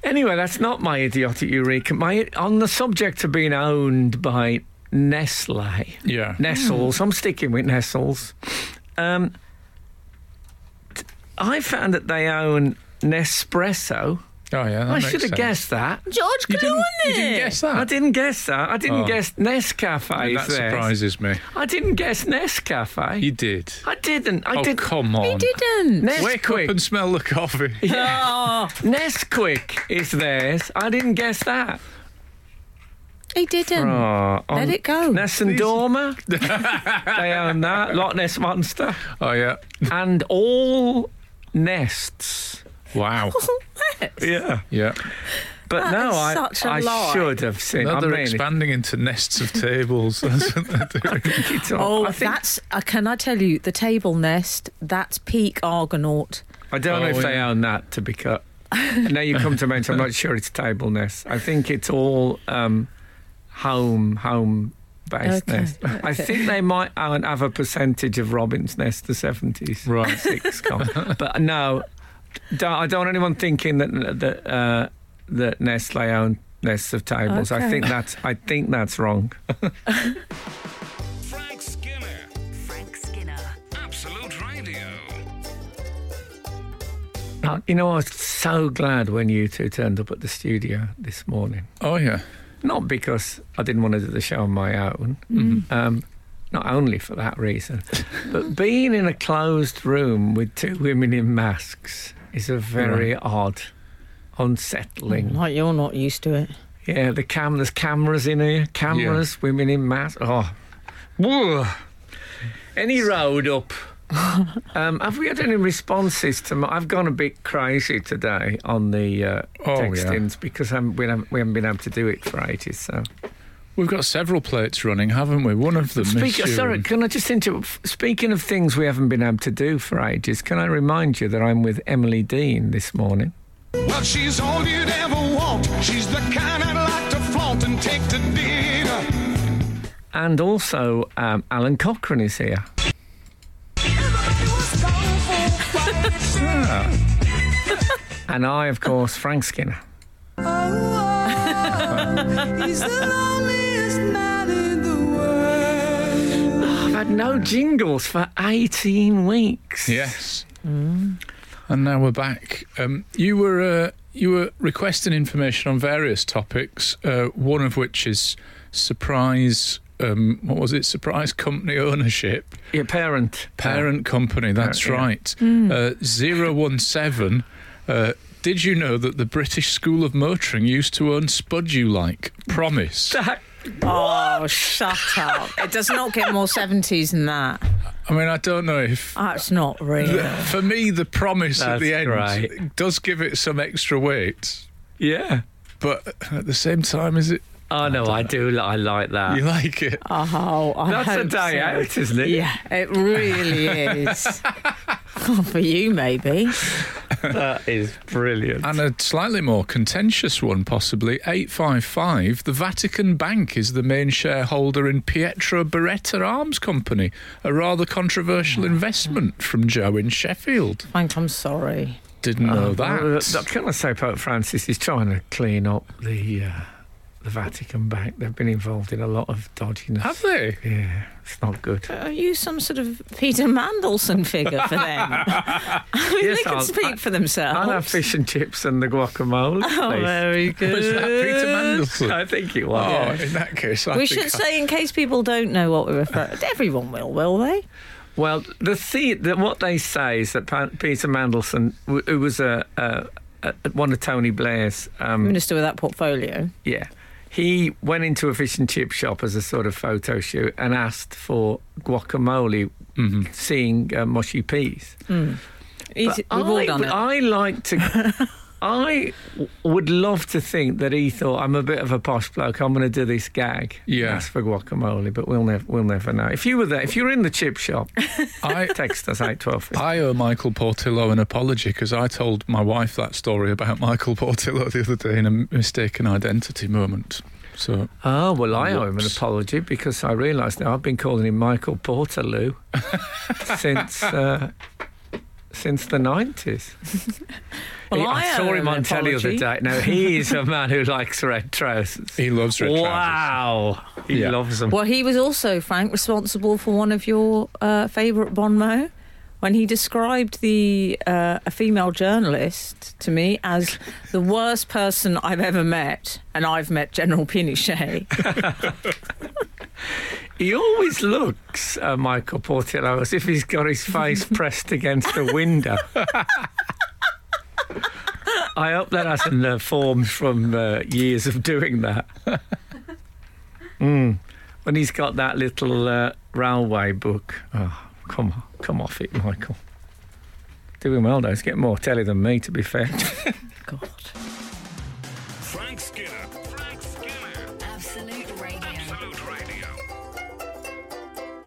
anyway, that's not my idiotic eureka. My, on the subject of being owned by Nestle.
Yeah.
Nestles. I'm sticking with Nestles. Um, t- I found that they own Nespresso.
Oh, yeah. that
I
makes
should have
sense.
guessed that.
George
You didn't,
Clooney.
you didn't guess
I
that.
didn't guess that. I didn't
Oh.
guess Nescafe.
that surprises me.
I didn't guess Nescafe.
You did.
I didn't. I
oh,
didn't.
come on.
He didn't.
Wake up
Nesquik.
and smell the coffee.
Oh,
Nesquik is theirs. I didn't guess that.
he didn't.
Oh,
Let it go.
Ness and Dormer. they own that. Loch Ness Monster.
Oh, yeah.
And all nests.
Wow.
Yeah.
Yeah.
But
That
no,
is
I,
such a
I
lie.
should have seen.
Now
I
they're
mean,
expanding into nests of tables. That's what they're doing.
it's all-
Oh,
I think-
that's. Uh, can I tell you the table nest? That's peak Argonaut.
I don't know
Oh,
if they
yeah.
own that to be cut. now you come to mention, I'm not sure it's table nest. I think it's all um, home home based
Okay,
nest. I think they might own, have a percentage of Robin's Nest, the 70s.
Right.
Six com. but no, don't, I don't want anyone thinking that that uh, that Nestle own nests of tables. I
Okay.
think that's I think that's wrong.
Frank Skinner.
Frank Skinner.
Absolute Radio.
Uh, you know, I was so glad when you two turned up at the studio this morning.
Oh, yeah.
Not because I didn't want to do the show on my own,
Mm.
um, not only for that reason, but being in a closed room with two women in masks is a very odd, unsettling.
Like you're not used to it.
Yeah, the cam. There's cameras in here. Cameras, women in masks. Oh, Whoa. any road up. um, have we had any responses to? My, I've gone a bit crazy today on the uh,
Oh, yeah.
textings because I'm, we, haven't, we haven't been able to do it for ages. So,
We've got several plates running, haven't we? One of them is.
Speak,
you.
sorry, can I just interrupt? F- Speaking of things we haven't been able to do for ages, can I remind you that I'm with Emily Dean this morning?
Well, she's all you'd ever want. She's the kind I'd like to flaunt and take to dinner.
And also, um, Alan Cochrane is here. and I, of course, Frank Skinner. I've had no jingles for 18 weeks.
Yes. And now we're back. Um, you were uh, you were requesting information on various topics. Uh, one of which is surprise. Um, what was it? Surprise company ownership,
Your parent.
parent company. That's
yeah.
right.
Hmm.
Uh, Zero one seven. Uh, did you know that the British School of Motoring used to own Spud You Like? Promise.
Oh, shut up! It does not get more seventies than that.
I mean, I don't know if
That's not real.
For me, the promise at
That's
the end
right.
does give it some extra weight,
Yeah.
but at the same time, is it?
Oh, no, I do. li- I like that.
Ah.
You like it?
Oh, I
That's a
hope
day
so.
out, isn't it?
Yeah, it really is. for you, maybe.
that is brilliant.
And a slightly more contentious one, possibly 855. The Vatican Bank is the main shareholder in Pietro Beretta Arms Company, a rather
Ah.
controversial investment from Joe in Sheffield.
Frank, I'm sorry.
Didn't
Ah.
know
Uh,
that.
Can I say Pope Francis is trying to clean up the uh, the Vatican Bank? They've been involved in a lot of dodginess.
Have they?
Yeah, it's not good.
Are you some sort of Peter Mandelson figure for them? I mean,
Yes,
they can
I'll-
speak for themselves.
I'll have fish and chips and the guacamole.
Oh,
please.
very good.
Was that Peter Mandelson?
I think it
Oh,
was.
in that case, I
We
think
should
I-
say, in case people don't know what we refer everyone will, will they?
Well, the, the, the what they say is that Pa- Peter Mandelson, w- who was a, a, a one of Tony Blair's, um,
Minister with that portfolio.
yeah, he went into a fish and chip shop as a sort of photo shoot and asked for guacamole, seeing uh, mushy peas.
He's,
But
we've all
I
done
would-
it.
I like to. I w- would love to think that he thought I'm a bit of a posh bloke. I'm going to do this gag.
Yeah.
That's for guacamole, but we'll never we'll never know. If you were there, if you were in the chip shop,
I,
text us eight twelve.
I owe Michael Portillo an apology because I told my wife that story about Michael Portillo the other day in a mistaken identity moment. So
Oh well, I owe him an
Whoops.
apology because I realised now I've been calling him Michael Portaloo since uh, since the nineties.
Well, I owe
saw
him
him
an
on telly the other
apology.
day. Now he is a man who likes red trousers.
he loves red trousers.
wow, he
Yeah.
loves them.
Well, he was also, Frank, responsible for one of your uh, favourite Bon mot when he described the uh, a female journalist to me as the worst person I've ever met, and I've met General Pinochet.
He always looks, uh, Michael Portillo, as if he's got his face pressed against a window. I hope that hasn't uh, formed from uh, years of doing that. Mm. When he's got that little uh, railway book. Oh, come on, come off it, Michael. Doing well, though. He's getting more telly than me, to be fair.
God.
Frank Skinner. Frank Skinner.
Absolute Radio.
Absolute Radio.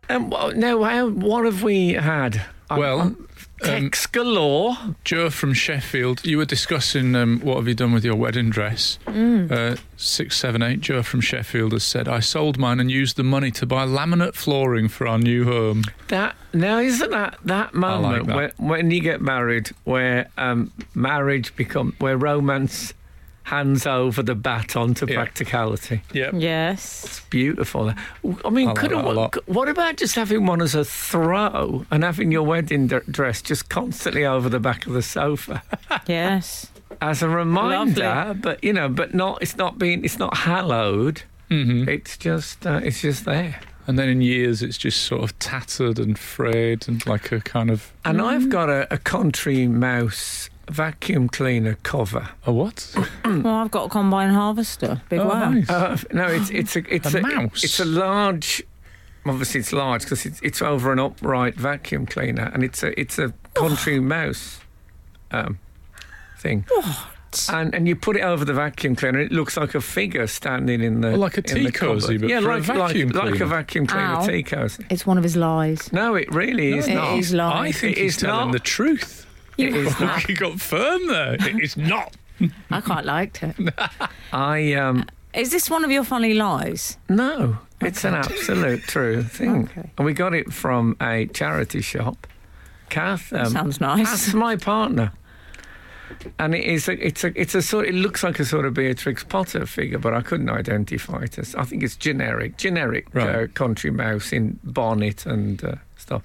um, well, now, how, what have we had? I'm-
Well,
I'm-
um,
text galore.
Joe from Sheffield, you were discussing um, what have you done with your wedding dress.
Mm.
Uh, six seven eight. Joe from Sheffield has said, "I sold mine and used the money to buy laminate flooring for our new home."
That now isn't that that moment
that.
When, when you get married, where um, marriage become where romance hands over the baton to
Yeah.
practicality.
Yep.
Yes.
Beautiful. eh? I mean,
I like
could
that a
what,
lot.
what about just having one as a throw and having your wedding d- dress just constantly over the back of the sofa
Yes.
as a reminder? But you know, but not it's not being it's not hallowed.
hmm
It's just uh, it's just there.
And then in years, it's just sort of tattered and frayed and like a kind of
And I've got a, a country mouse vacuum cleaner cover.
a what?
Well, I've got a combine harvester. Big
Oh,
wow.
nice.
Uh, no, it's it's a it's
A
a,
mouse?
It's a large. Obviously, it's large because it's it's over an upright vacuum cleaner, and it's a it's a country
Oh.
mouse um, thing. And and you put it over the vacuum cleaner, and it looks like a figure standing in the
Well, like a
in the
tea cosy,
cupboard.
but
yeah,
for a
like,
vacuum
like, like a
cleaner.
vacuum cleaner
Ow.
tea cozy.
It's one of his lies.
No, it really is
it
not.
is lying.
I think
It
he's
is
telling
not.
the truth.
It is not.
he got firm there. It's not.
I quite liked it.
I um
Is this one of your funny lies?
no, it's an absolute true thing.
Okay.
And we got it from a charity shop. Kath um,
Sounds nice.
That's my partner. And it is a, it's a it's a sort it looks like a sort of Beatrix Potter figure, but I couldn't identify it as. I think it's generic, generic uh,
Right.
country mouse in bonnet and uh, stuff.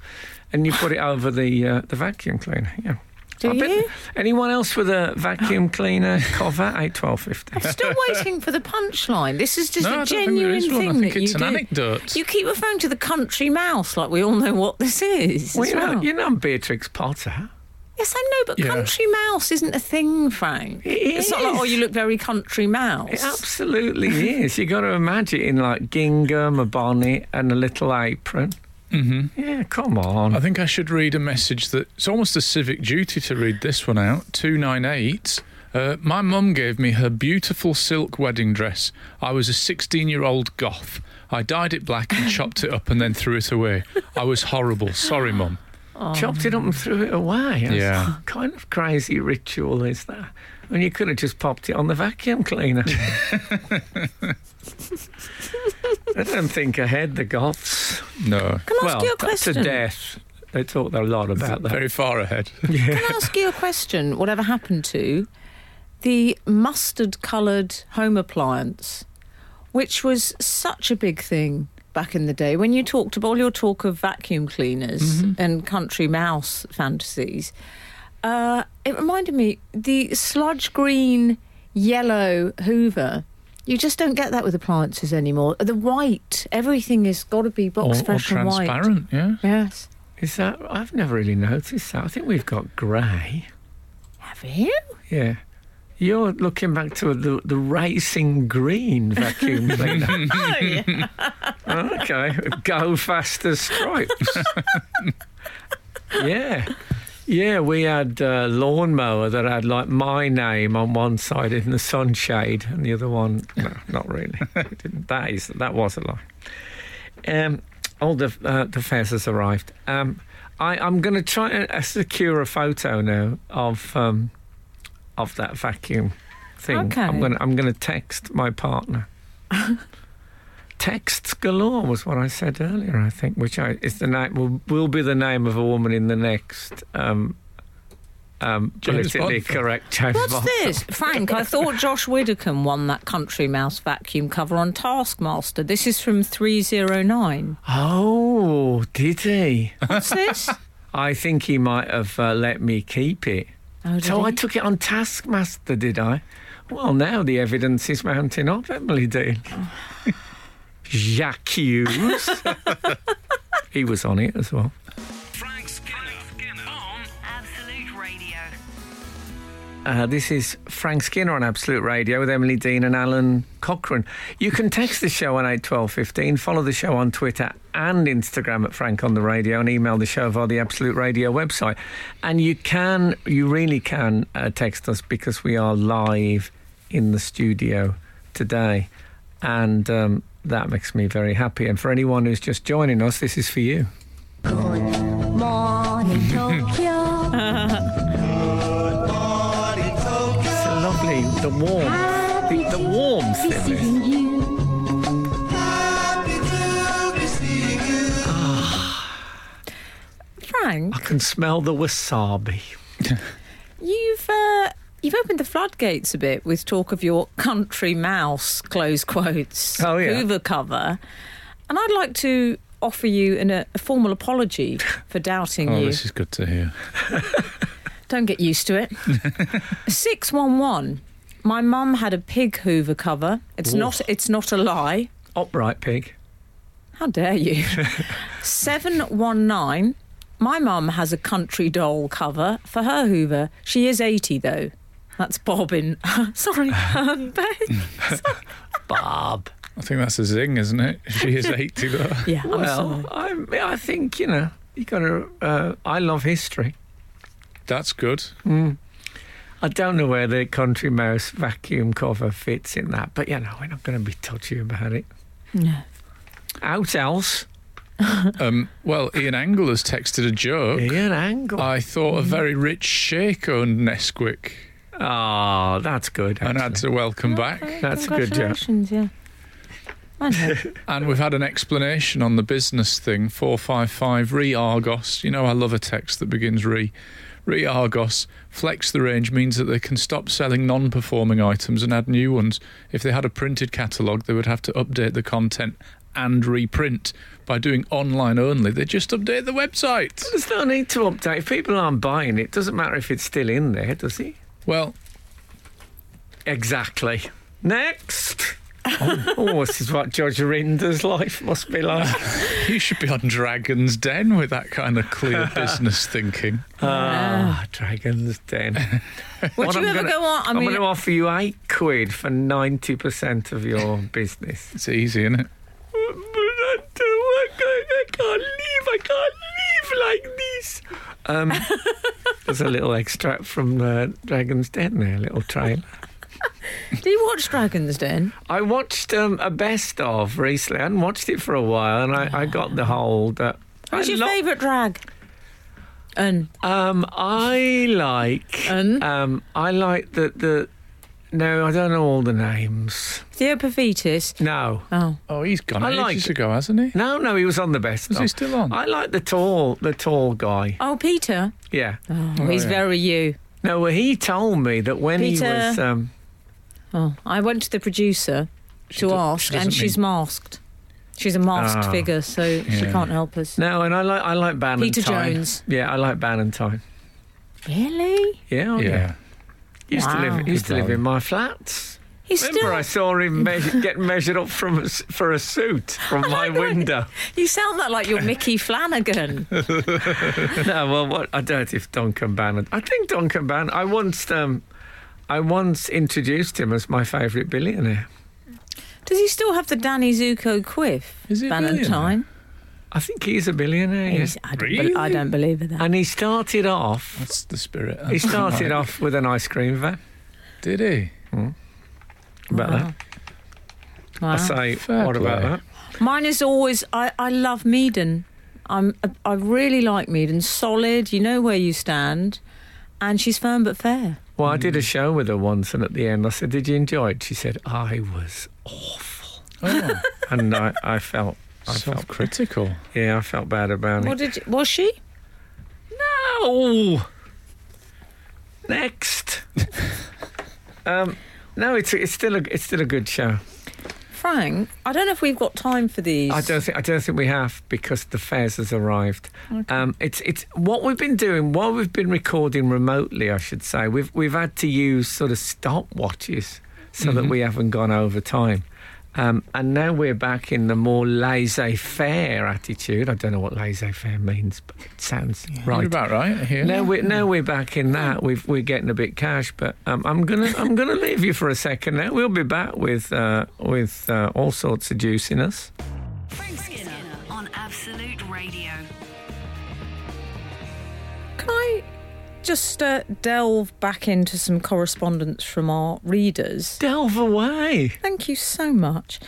And you put it over the uh, the vacuum cleaner. Yeah.
Do you?
Anyone else with a vacuum cleaner cover? Eight twelve fifty.
Still waiting for the punchline. This is just
no, I
a
don't think there
genuine
is one.
thing
I think
that
it's
you
an
do.
anecdote.
You keep referring to the country mouse like we all know what this is.
Well,
as
you know,
well.
you know Beatrix Potter.
Yes, I know, but
Yeah.
country mouse isn't a thing, Frank.
It
it's not like,
is.
oh, you look very country mouse.
It absolutely is. You got to imagine it in like gingham, a bonnet, and a little apron. Mm-hmm. Yeah, come on.
I think I should read a message that it's almost a civic duty to read this one out. 298. Uh, my mum gave me her beautiful silk wedding dress. I was a 16 year old goth. I dyed it black and chopped it up and then threw it away. I was horrible. Sorry, mum.
chopped it up and threw it away. I was,
Yeah.
"What kind of crazy ritual is that? And you could have just popped it on the vacuum cleaner. I don't think ahead the Goths.
No.
Can I
well,
ask you a
up
question?
to death. They talked a lot about that.
Very far ahead.
Can I ask you a question? Whatever happened to the mustard coloured home appliance, which was such a big thing back in the day when you talked about all your talk of vacuum cleaners and country mouse fantasies? Uh, it reminded me the sludge green yellow Hoover. You just don't get that with appliances anymore. The white, everything has got to be box
All- all
fresh and white.
transparent, yeah.
Yes.
Is that? I've never really noticed that. I think we've got grey.
Have you?
Yeah. You're looking back to the, the racing green vacuum cleaner.
Oh, yeah.
okay. Go faster stripes. yeah. Yeah, we had a lawnmower that had like my name on one side in the sunshade and the other one, no, not really. It didn't. That is, that was a lie. Um, all the, uh, the fares has arrived. Um, I, I'm going to try and uh, secure a photo now of, um, of that vacuum thing.
Okay.
I'm going to I'm going to text my partner. Texts galore was what I said earlier, I think, which I, is the name will, will be the name of a woman in the next um, um,
James
politically
Bond film.
correct James
What's
Bond
this? Frank, I thought Josh Widdicombe won that Country Mouse vacuum cover on Taskmaster. This is from 309.
Oh, did he?
What's this?
I think he might have uh, let me keep it.
Oh, did
so I
he?
took it on Taskmaster, did I? Well, now the evidence is mounting up, Emily Dean. Jacques Hughes. he was on it as well.
Frank Skinner. On
Absolute Radio.
Uh, this is Frank Skinner on Absolute Radio with Emily Dean and Alan Cochrane. You can text the show on 81215, follow the show on Twitter and Instagram at Frank on the Radio, and email the show via the Absolute Radio website. And you can, you really can uh, text us because we are live in the studio today. And um, that makes me very happy. And for anyone who's just joining us, this is for you.
Morning Tokyo.
It's lovely, the warmth, the, the warmth in this.
Seeing you.
Frank,
I can smell the wasabi.
you've uh, you've opened the floodgates a bit with talk of your Country Mouse close quotes
Oh, yeah.
Hoover cover, and I'd like to offer you an, a, a formal apology for doubting
Oh,
you.
this is good to hear.
Don't get used to it. 611. My mum had a pig Hoover cover. It's not it's not a lie.
Upright pig.
How dare you? 719. My mum has a country doll cover for her Hoover. She is 80, though. That's Bob in. Sorry, um, Ben.
Bob.
I think that's a zing, isn't it? She is 80, though.
Yeah, I'm sorry.
Well, I, I think, you know, you got to. Uh, I love history.
That's good.
I don't know where the Country Mouse vacuum cover fits in that, but, you know, we're not going to be touchy about it.
No.
Out else,
Um, well, Ian Angle has texted a joke.
Ian Angle.
I thought a very rich shake owned Nesquik
oh, that's good.
and had
actually.
to welcome back.
That's a good job.
Congratulations, yeah. I know.
And we've had an explanation on the business thing 455 re Argos. You know, I love a text that begins re. Re Argos flex the range means that they can stop selling non performing items and add new ones. If they had a printed catalogue, they would have to update the content and reprint. By doing online only, they just update the website.
There's no need to update. If people aren't buying it, doesn't matter if it's still in there, does it?
Well,
Exactly. Next. oh, this is what Judge Rinder's life must be like.
You should be on Dragon's Den with that kind of clear business thinking.
Ah, Dragon's Den.
Would you ever go on? I
am
mean,
going to offer you eight quid for 90% of your business.
It's easy, isn't it?
but I, do, I, can't, I can't leave. I can't leave like this. Um, there's a little extract from uh, Dragon's Den there, a little trailer.
do you watch Dragons Den?
I watched um, a best of recently. I hadn't watched it for a while, and I, I got the whole that.
Who's
I
your
lo-
favourite drag? and
Um, I like.
Un?
Um, I like the the. No, I don't know all the names.
Theopophetus.
No,
Oh,
Oh, he's gone
I
ages
like it.
ago, hasn't he?
no, no. He was on the best.
Was he
of.
still on?
I like the tall, the tall guy.
oh, Peter.
Yeah.
Oh, he's
yeah.
very you.
No, well, he told me that when he
Peter-
was. Um,
Oh, I went to the producer
She
to
do-
ask,
she doesn't
and she's
mean-
masked. She's a masked
Ah.
figure, so she
Yeah.
can't help us.
no, and I like I like Ballantyne.
Peter Jones.
Yeah, I like Ballantyne.
Really?
Yeah, oh, yeah.
yeah.
Used to
Wow.
live used to
Good
live
value.
in my flat.
He's
Remember,
still.
I saw him measure, get measured up from a s for a suit from my window.
You sound that like you're Mickey Flanagan.
no, well, what I don't if Duncan Bannon. I think Duncan Bannon. I once, um, I once introduced him as my favourite billionaire.
Does he still have the Danny Zuko quiff?
Is he really?
Valentine?
I think he's a billionaire. Yes.
He's- I, don't
Really?
bel I don't believe in that.
And he started off.
That's the spirit.
He
That's
started
right.
off with an ice cream van.
Did he?
About
Wow.
that.
Wow.
I say,
Fair
what about
play.
that?
Mine is always. I, I love Meaden. I'm. I really like Meaden. Solid. You know where you stand, and she's firm but fair.
Well, I did a show with her once, and at the end, I said, "Did you enjoy it?" She said, "I was awful,"
Oh,
and I, I felt, I felt,
self-critical.
yeah, I felt bad about it.
What did you, was she?
No. Next. um, no, it's it's still a it's still a good show.
Frank, I don't know if we've got time for these.
I don't think I don't think we have because the fares has arrived. Um, it's it's what we've been doing while we've been recording remotely. I should say we've we've had to use sort of stopwatches so that we haven't gone over time. Um, and now we're back in the more laissez-faire attitude. I don't know what laissez-faire means, but it sounds
You're
right.
about right here.
Now we're now we're back in that. We've, we're getting a bit cash, but um, I'm gonna I'm gonna leave you for a second. Now we'll be back with uh, with uh, all sorts of juice in us.
Frank Skinner on Absolute Radio.
Can I just uh, delve back into some correspondence from our readers?
Delve away.
Thank you so much.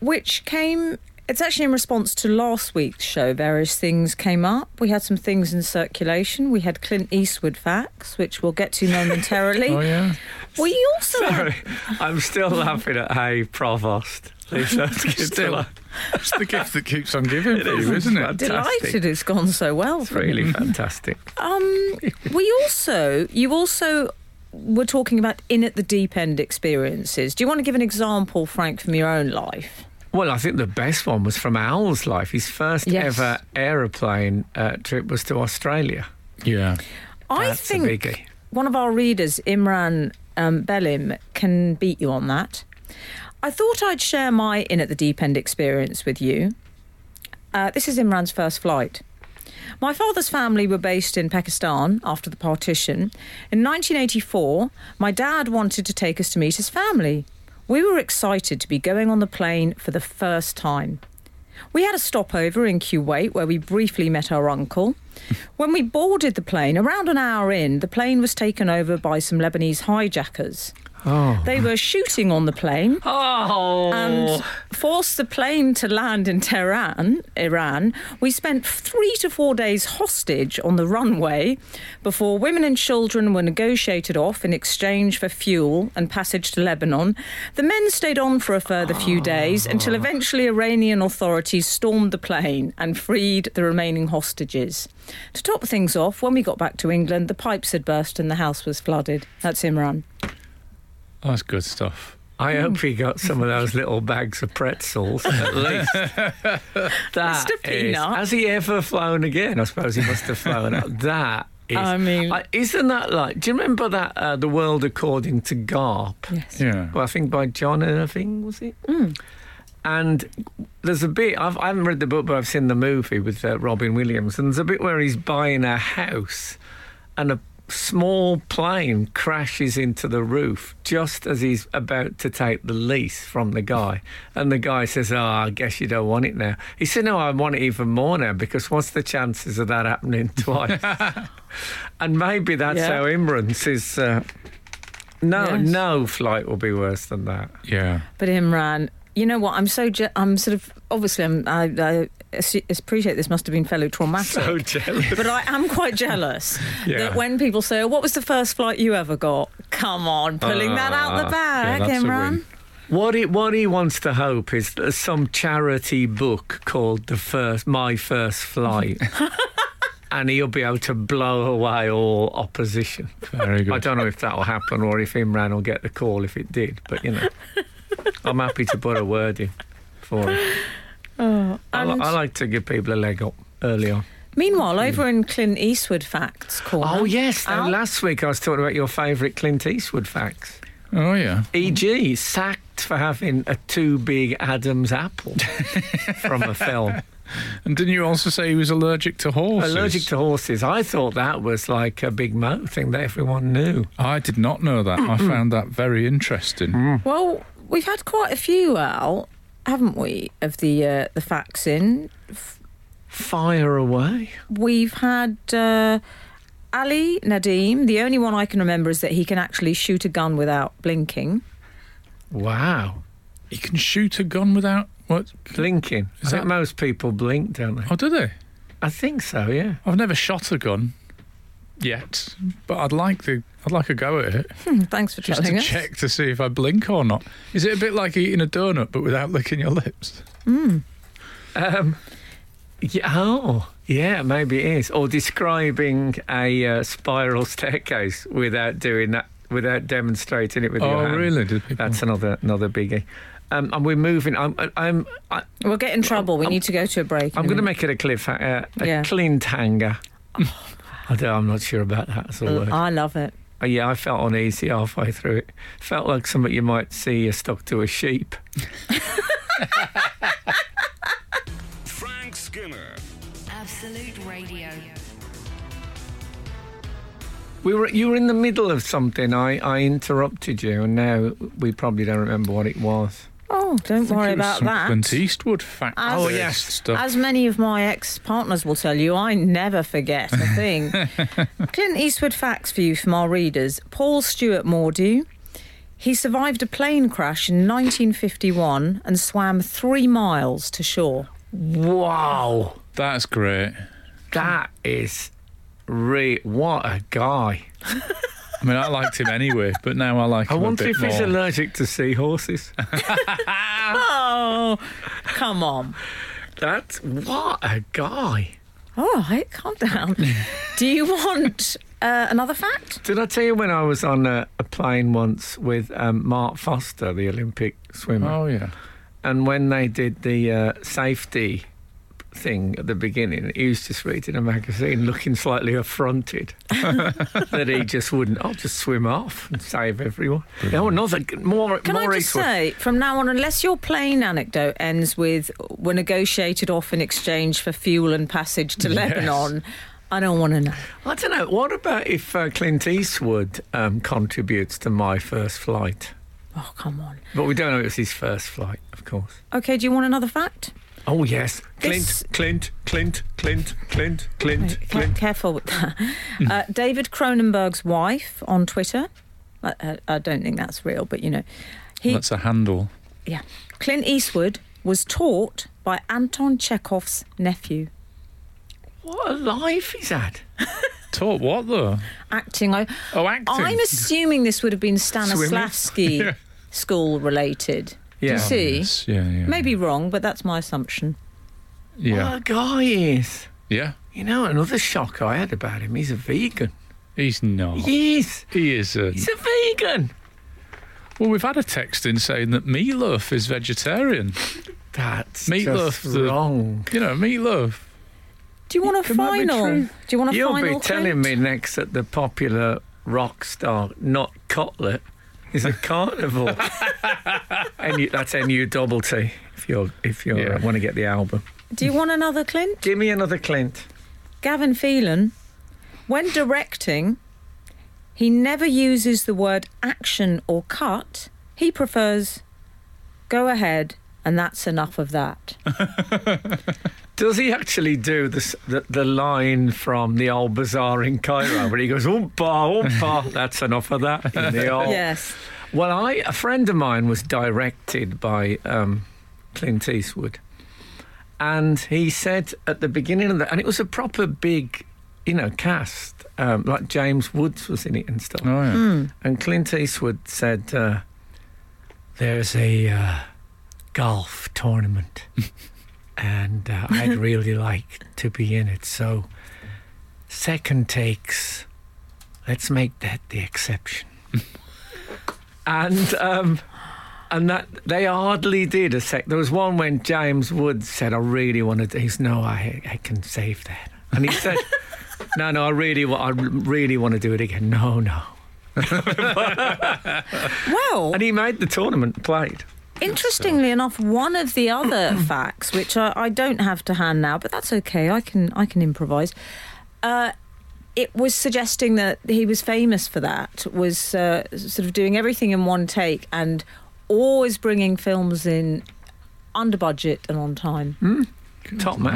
Which came, it's actually in response to last week's show. Various things came up. We had some things in circulation. We had Clint Eastwood facts, which we'll get to momentarily.
Oh yeah.
We also.
Sorry, I'm still laughing at hey provost. Leave those kids
Still.
alone.
It's the gift that keeps on giving for
is.
you, isn't
It's
it?
Delighted it's gone so well.
It's really fantastic.
Um, we also, you also were talking about in at the deep end experiences. Do you want to give an example, Frank, from your own life?
Well, I think the best one was from Owl's life. His first
Yes.
ever aeroplane uh, trip was to Australia.
Yeah.
I
That's a
think
biggie.
one of our readers, Imran um, Belim, can beat you on that. I thought I'd share my in at the deep end experience with you. Uh, this is Imran's first flight. My father's family were based in Pakistan after the partition. In 1984, my dad wanted to take us to meet his family. We were excited to be going on the plane for the first time. We had a stopover in Kuwait where we briefly met our uncle. When we boarded the plane, around an hour in, the plane was taken over by some Lebanese hijackers.
Oh.
They were shooting on the plane
Oh.
and forced the plane to land in Tehran, Iran. We spent three to four days hostage on the runway before women and children were negotiated off in exchange for fuel and passage to Lebanon. The men stayed on for a further few days until eventually Iranian authorities stormed the plane and freed the remaining hostages. To top things off, when we got back to England, the pipes had burst and the house was flooded. That's Imran.
Oh, that's good stuff.
I hope he got some of those little bags of pretzels at least. That
Mr.
is-
Peanut.
has he ever flown again? I suppose he must have flown. that is.
I mean-
isn't that like? Do you remember that uh, the world according to Garp?
Yes.
Yeah.
Well, I think by John Irving was it? And there's a bit I've, I haven't read the book, but I've seen the movie with uh, Robin Williams, and there's a bit where he's buying a house, and a small plane crashes into the roof just as he's about to take the lease from the guy, and the guy says, "Oh, I guess you don't want it now." He said, "No, I want it even more now because what's the chances of that happening twice?" and maybe that's
Yeah.
how Imran says. Uh, no,
Yes.
no flight will be worse than that.
Yeah.
But Imran, you know what? I'm so je- I'm sort of obviously I'm, I, I as- appreciate this must have been fellow traumatic.
So Oh, jealous.
but I am quite jealous
Yeah.
that when people say, oh, "What was the first flight you ever got?" Come on, pulling that out
Ah,
the bag,
yeah, that's a
Imran.
win.
What he, what he wants to hope is that some charity book called the first my first flight, and he'll be able to blow away all opposition.
Very good.
I don't know if that will happen or if Imran will get the call if it did, but you know, I'm happy to put a word in for it. I, li-
and-
I like to give people a leg up early on.
Meanwhile,
Mm.
over in Clint Eastwood facts corner.
Oh yes, now,
Al?
last week I was talking about your favourite Clint Eastwood facts.
Oh yeah.
E.g., E sacked for having a too big Adam's apple from a film.
And didn't you also say he was allergic to horses?
Allergic to horses. I thought that was like a big mo thing that everyone knew.
I did not know that. I found that very interesting.
Mm.
Well, we've had quite a few Al, haven't we? Of the uh, the facts in,
Fire away.
we've had. Uh, Ali Nadim, the only one I can remember is that he can actually shoot a gun without blinking.
Wow.
He can shoot a gun without what?
Blinking.
Is
I think
that-
most people blink, don't they?
Oh, do they?
I think so, yeah.
I've never shot a gun yet, but I'd like the I'd like a go at it
Thanks for
just
telling
to
us.
check to see if I blink or not. Is it a bit like eating a donut but without licking your lips?
Um, yeah. Oh, yeah, maybe it is. Or describing a uh, spiral staircase without doing that, without demonstrating it with your
oh,
hand.
really? Did people?
That's another another biggie. Um, and we're moving. I'm I'm I-
We'll get in trouble. We need to go to a break.
I'm
in a
going to
minute.
make it a cliff uh, a
Yeah.
cliffhanger. I don't, I'm not sure about that as a word.
I love it.
Uh, yeah, I felt uneasy halfway through it. Felt like something you might see stuck to a sheep.
Frank Skinner.
Absolute Radio.
We were you were in the middle of something. I, I interrupted you, and now we probably don't remember what it was.
Oh, don't worry
It was
about
some
that.
Clint Eastwood fact.
As- Oh,
yes, stuff.
As many of my ex partners will tell you, I never forget a thing. Clint Eastwood facts for you from our readers. Paul Stewart Mordew. He survived a plane crash in 1951 and swam three miles to shore.
Wow,
That's great.
that is re what a guy.
I mean, I liked him anyway, but now I like
I
him a
wonder
bit
if he's
more.
allergic to seahorses.
Oh, come on.
That's what a guy.
All right, calm down. Do you want uh, another fact?
Did I tell you when I was on a, a plane once with um, Mark Foster, the Olympic swimmer,
Oh yeah.
and when they did the uh, safety thing at the beginning, he was just reading a magazine, looking slightly affronted that he just wouldn't. I'll just swim off and save everyone. Oh, another more
Can
more
I just
Eastwood.
say, from now on, unless your plane anecdote ends with "were negotiated off in exchange for fuel and passage to Lebanon," I don't want to know.
I don't know. What about if uh, Clint Eastwood um, contributes to my first flight?
Oh, come on.
But we don't know it was his first flight, of course.
Okay, do you want another fact?
Oh yes, Clint,
This-
Clint, Clint, Clint, Clint, Clint,
Wait, ca-
Clint.
careful with that. Uh, David Cronenberg's wife on Twitter. I, I, I don't think that's real, but you know, he
That's a handle.
yeah. Clint Eastwood was taught by Anton Chekhov's nephew.
What a life he's had.
Taught what though?
acting. I,
Oh, acting.
I'm assuming this would have been Stanislavski
Yeah.
school related. Do
Yeah.
you see?
Yes, yeah, yeah.
Maybe wrong, but that's my assumption.
Yeah,
What a guy he is.
yeah.
You know, another shock I had about him. He's a vegan.
He's not.
Yes,
He is. A,
he's a vegan.
well, we've had a text in saying that meatloaf is vegetarian.
That's
Meatloaf,
just
the-
wrong.
You know, meatloaf.
Do you want a
Can that be
final?
true?
Do you want a
You'll
final?
be telling
Clint?
me next that the popular rock star, not Cutlet, is a carnivore. and you, that's N U double T. If you if you
Yeah.
want to get the album,
Do you want another Clint?
give me another Clint.
Gavin Phelan, when directing, he never uses the word action or cut. He prefers go ahead, and that's enough of that.
Does he actually do this, the, the line from the old bazaar in Cairo where he goes, oompa, oompa? That's enough of that. in the old-
Yes.
Well, I, a friend of mine was directed by um, Clint Eastwood. and he said at the beginning of that, and it was a proper big, you know, cast. Um, like James Woods was in it and stuff.
Oh, yeah.
And Clint Eastwood said, uh, "There's a uh, golf tournament, and uh, I'd really like to be in it. So, second takes. Let's make that the exception." and um, and that they hardly did a sec. There was one when James Woods said, "I really want to." do-" He said, "No, I I can save that," and he said. No, no, I really, wa- I really want to do it again. No, no,
Well,
And he made the tournament played.
interestingly enough, one of the other facts, which I, I don't have to hand now, but that's okay. I can I can improvise. Uh, it was suggesting that he was famous for that. Was uh, sort of doing everything in one take and always bringing films in under budget and on time.
Top man.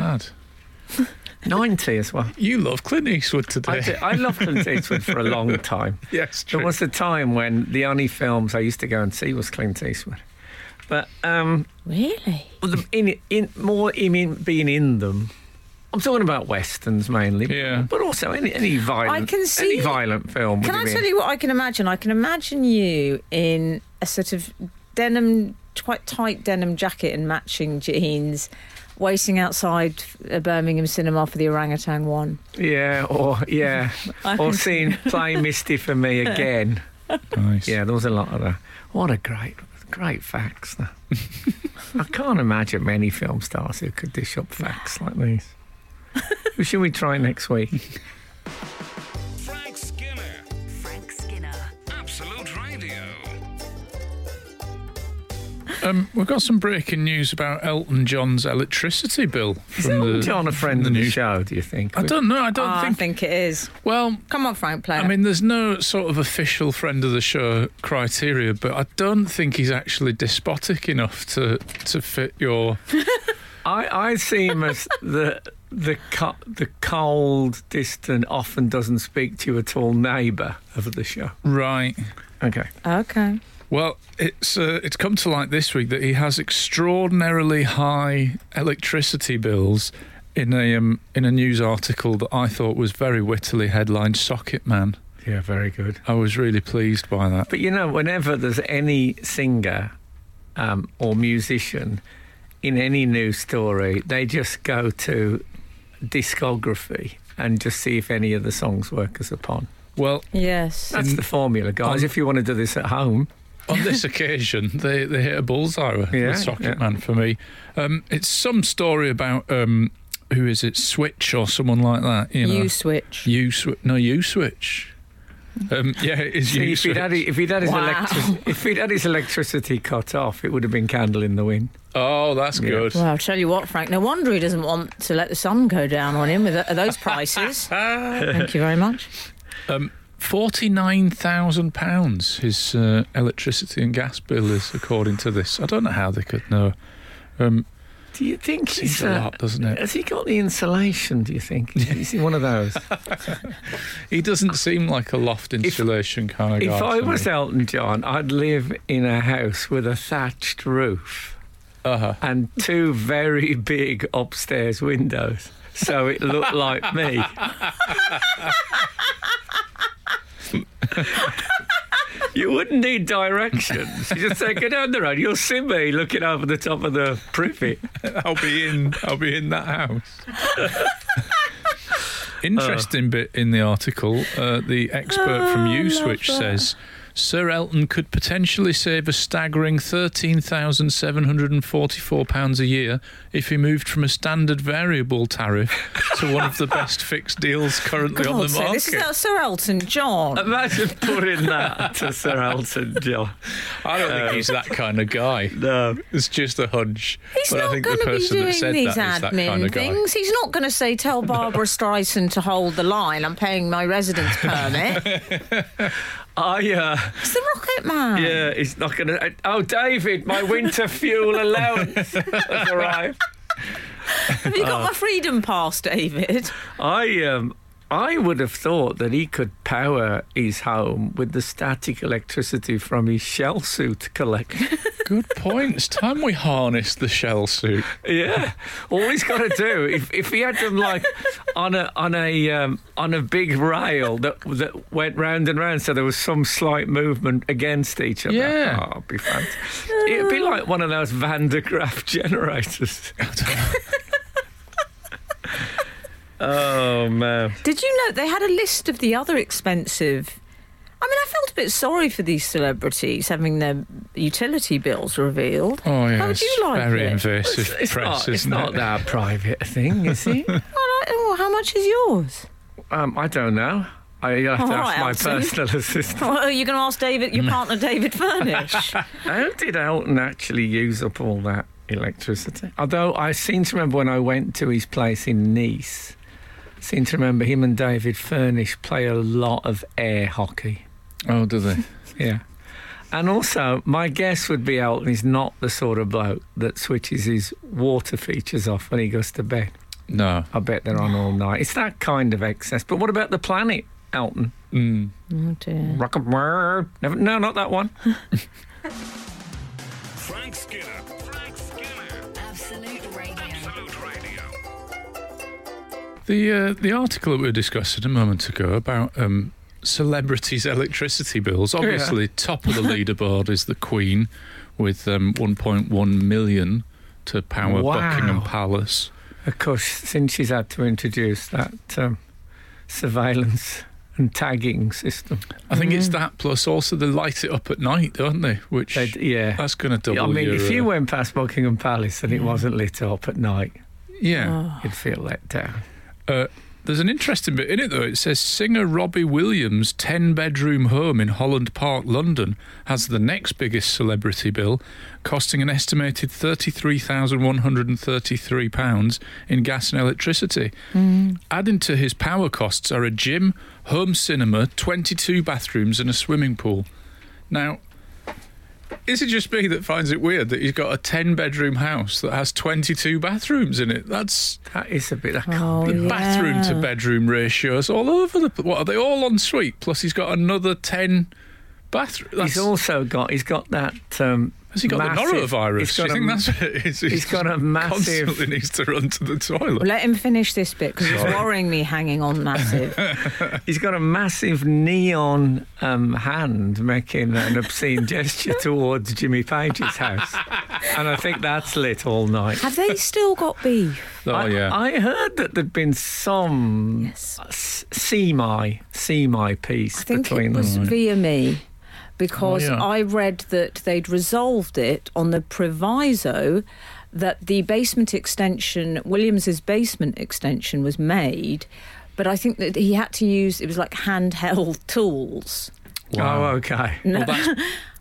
Mad.
90 as well.
You love Clint Eastwood today.
I, did, I loved Clint Eastwood for a long time.
Yes, true.
There was a time when the only films I used to go and see was Clint Eastwood. But um,
Really?
well, the- in, in, more in, in being in them, I'm talking about westerns mainly,
Yeah.
but also any, any violent,
I can see-
any violent film. would
Can
have
I
been-
tell you what I can imagine? I can imagine you in a sort of denim, quite tight denim jacket and matching jeans, waiting outside a Birmingham cinema for the orangutan one.
Yeah, or yeah,
I
or
can see-
seeing Play Misty for me again.
Nice.
Yeah, there was a lot of that. What a great, great facts. that. I can't imagine many film stars who could dish up facts like these. who should we try next week?
Frank Skinner.
Frank Skinner.
Absolute Radio.
Um, we've got some breaking news about Elton John's electricity bill.
Is
from
Elton
the-
John a friend
from
of the
news.
show, do you think?
I don't know. I don't
Ah, I
think.
think it is.
Well,
Come on, Frank, play.
I
it.
mean, there's no sort of official friend of the show criteria, but I don't think he's actually despotic enough to to fit your.
I, I see him as the the co- the cold, distant, often doesn't speak to you at all neighbour of the show.
Right.
Okay.
okay.
Well, it's uh, it's come to light this week that he has extraordinarily high electricity bills. In a um, in a news article that I thought was very wittily headlined, "Socket Man."
Yeah, very good.
I was really pleased by that.
But you know, whenever there's any singer um, or musician in any news story, they just go to discography and just see if any of the songs work as upon.
Well,
Yes.
That's the formula, guys.
Um,
if you want to do this at home,
on this occasion, they, they hit a bullseye with,
Yeah,
with Socket
yeah.
Man for me. Um, it's some story about um, who is it, Switch or someone like that. You
you,
know,
switch.
you swi- no, you Switch. Um, yeah, it is you
if he'd,
Switch.
had, if he'd had his
Wow.
electric- if he'd had his electricity cut off, it would have been Candle in the Wind.
oh, that's
Yeah.
good.
well, I'll tell you what, Frank. No wonder he doesn't want to let the sun go down on him with th- those prices. Thank you very much.
Um, Forty-nine thousand pounds his uh, electricity and gas bill is, according to this. I don't know how they could know. Um,
Do you think
seems
he's
a
uh,
lot, doesn't it?
Has he got the insulation? Do you think is he one of those?
He doesn't seem like a loft insulation kind of
If
guy.
I
to
was
me.
Elton John, I'd live in a house with a thatched roof
uh-huh.
and two very big upstairs windows. So it looked like me. you wouldn't need directions. You just say, go down the road, you'll see me looking over the top of the privet.
I'll be in. I'll be in that house. Interesting bit in the article. Uh, the expert from
Oh,
USwitch says Sir Elton could potentially save a staggering thirteen thousand seven hundred and forty-four pounds a year if he moved from a standard variable tariff to one of the best fixed deals currently on
God,
the
so
market.
this is not Sir Elton John.
Imagine putting that to Sir Elton John.
I don't think he's that kind of guy.
No.
It's just a hunch.
He's
but
not
I think the
going to be
person
doing
that said that
these
is that
admin
kind of guy.
things. He's not going to say, "Tell Barbara Streisand to hold the line. I'm paying my residence permit."
I, uh,
it's the Rocket Man.
Yeah, he's not going to. Oh, David, my winter fuel allowance has arrived.
Have you got
Oh.
my freedom pass, David?
I um, I would have thought that he could power his home with the static electricity from his shell suit collection.
Good point. It's time we harnessed the shell suit.
Yeah, all he's got to do if if he had them like on a on a um, on a big rail that that went round and round, so there was some slight movement against each other.
Yeah.
oh, it'd be fantastic. It'd be like one of those Van de Graaff generators. oh man,
Did you know they had a list of the other expensive? I mean, I felt a bit sorry for these celebrities having their utility bills revealed.
Oh, yeah.
How would
it's
you like
very
it?
invasive
it's
press,
not, it's
isn't
not
it?
that private a thing, is it?
Oh, no, oh, how much is yours?
um, I don't know. I you'll have to
All
ask
right,
my
Elton.
personal assistant.
Well, you're going to ask David, your partner, David Furnish.
How did Elton actually use up all that electricity? Although I seem to remember when I went to his place in Nice, I seem to remember him and David Furnish play a lot of air hockey.
Oh, do they?
Yeah. And also, my guess would be Elton is not the sort of bloke that switches his water features off when he goes to bed.
No.
I bet they're on all night. It's that kind of excess. But what about the planet, Elton?
Mm.
oh dear.
Rock and roll. Never, no, not that one.
Frank Skinner. Frank Skinner.
Absolute Radio.
Absolute Radio.
The uh, the article that we were discussing a moment ago about um, celebrities' electricity bills. Obviously, top of the leaderboard is the Queen with um, 1.1 million to power
Wow.
Buckingham Palace.
Of course, since she's had to introduce that um, surveillance and tagging system,
I think
Mm.
it's that plus also they light it up at night, don't they? Which
They'd- yeah.
that's going to double.
I mean,
your,
if you
uh, Mm.
went past Buckingham Palace and it wasn't lit up at night,
yeah.
you'd feel let down.
Uh, there's an interesting bit in it though. It says singer Robbie Williams' ten-bedroom home in Holland Park, London, has the next biggest celebrity bill, costing an estimated thirty-three thousand one hundred and thirty-three pounds in gas and electricity. Adding to his power costs are a gym, home cinema, twenty-two bathrooms, and a swimming pool. Now. Is it just me that finds it weird that he's got a 10 bedroom house that has 22 bathrooms in it? That's
That is a bit. Like,
Oh,
the
yeah.
bathroom to bedroom ratios all over the pl- what are they all en suite plus he's got another 10 bathroom
he's also got. He's got that. Um,
has he got
massive-
the norovirus
he's
do
got
you
a-
think that's what it is
he's got a
just
massive-
constantly needs to run to the
Well,
toilet
let him finish this bit because it's worrying me hanging on massive.
He's got a massive neon um, hand making an obscene gesture towards Jimmy Page's house, and I think that's lit all night.
Have they still got beef?
oh
I,
yeah
I heard that there'd been some
Yes.
s- semi semi piece
I think
between
it was
them.
via me because
Oh, yeah.
I read that they'd resolved it on the proviso that the basement extension, Williams's basement extension, was made, but I think that he had to use it was like handheld tools.
Oh, okay.
well, that's,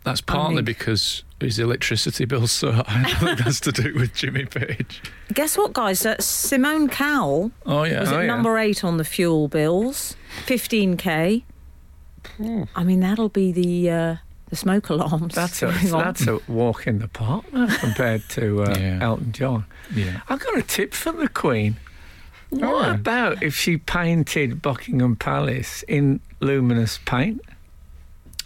that's partly
mean-
because his electricity bill's so high I think that's to do with Jimmy Page
Guess what, guys? Uh, Simone Cowell
oh yeah
was
Oh,
at
yeah.
number eight on the fuel bills, fifteen k. I mean, that'll be the uh, the smoke alarms.
That's a
going on.
that's a walk in the park that, compared to uh,
Yeah.
Elton John.
yeah
I've got a tip for the Queen. What
Oh.
about if she painted Buckingham Palace in luminous paint?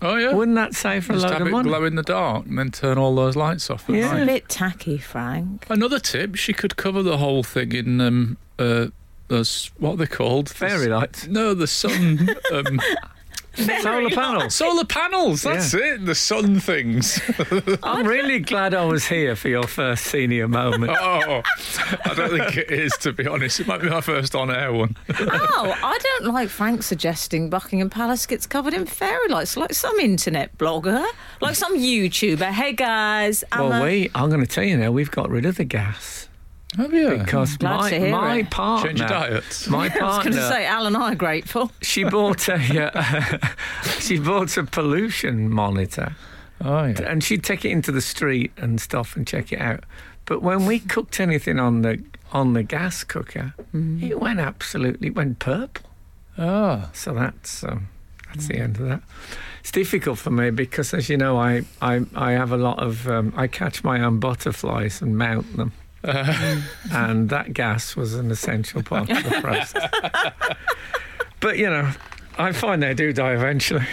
oh yeah
Wouldn't that save her a
just
load
have
of
it
money?
glow in the dark and then turn all those lights off at
Yeah.
It's
night.
a bit tacky, Frank.
Another tip: she could cover the whole thing in um, uh, those what are they called?
Fairy
The s-
lights.
No, the sun. Um,
Solar panels.
solar panels. That's it. The sun things.
I'm really glad I was here for your first senior moment.
oh, I don't think it is. To be honest, it might be my first on-air one.
Oh, I don't like Frank suggesting Buckingham Palace gets covered in fairy lights like some internet blogger, like some YouTuber. Hey guys, I'm
Well,
a-
we, I'm going to tell you now, we've got rid of the gas.
Have you?
Because
Glad
my,
to hear
my
it.
partner,
Change your diet.
my
I was going to
partner,
say, Alan, I grateful.
she bought a uh, she bought a pollution monitor,
oh yeah.
and she'd take it into the street and stuff and check it out. But when we cooked anything on the on the gas cooker,
Mm-hmm.
it went absolutely it went purple.
Oh.
So that's um, that's the end of that. It's difficult for me because, as you know, I I, I have a lot of um, I catch my own butterflies and mount them, and that gas was an essential part of the process. but you know, I find they do die eventually.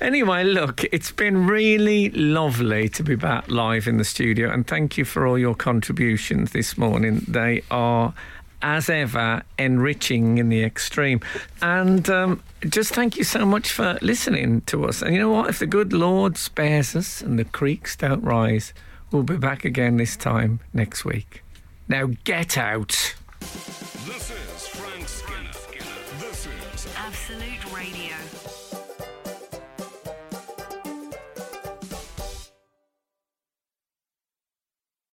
Anyway, look, it's been really lovely to be back live in the studio, and thank you for all your contributions this morning. They are, as ever, enriching in the extreme. And um, just thank you so much for listening to us. And you know what? If the good Lord spares us and the creeks don't rise, we'll be back again this time next week. Now get out.
This is Frank Skinner. This is
Absolute Radio.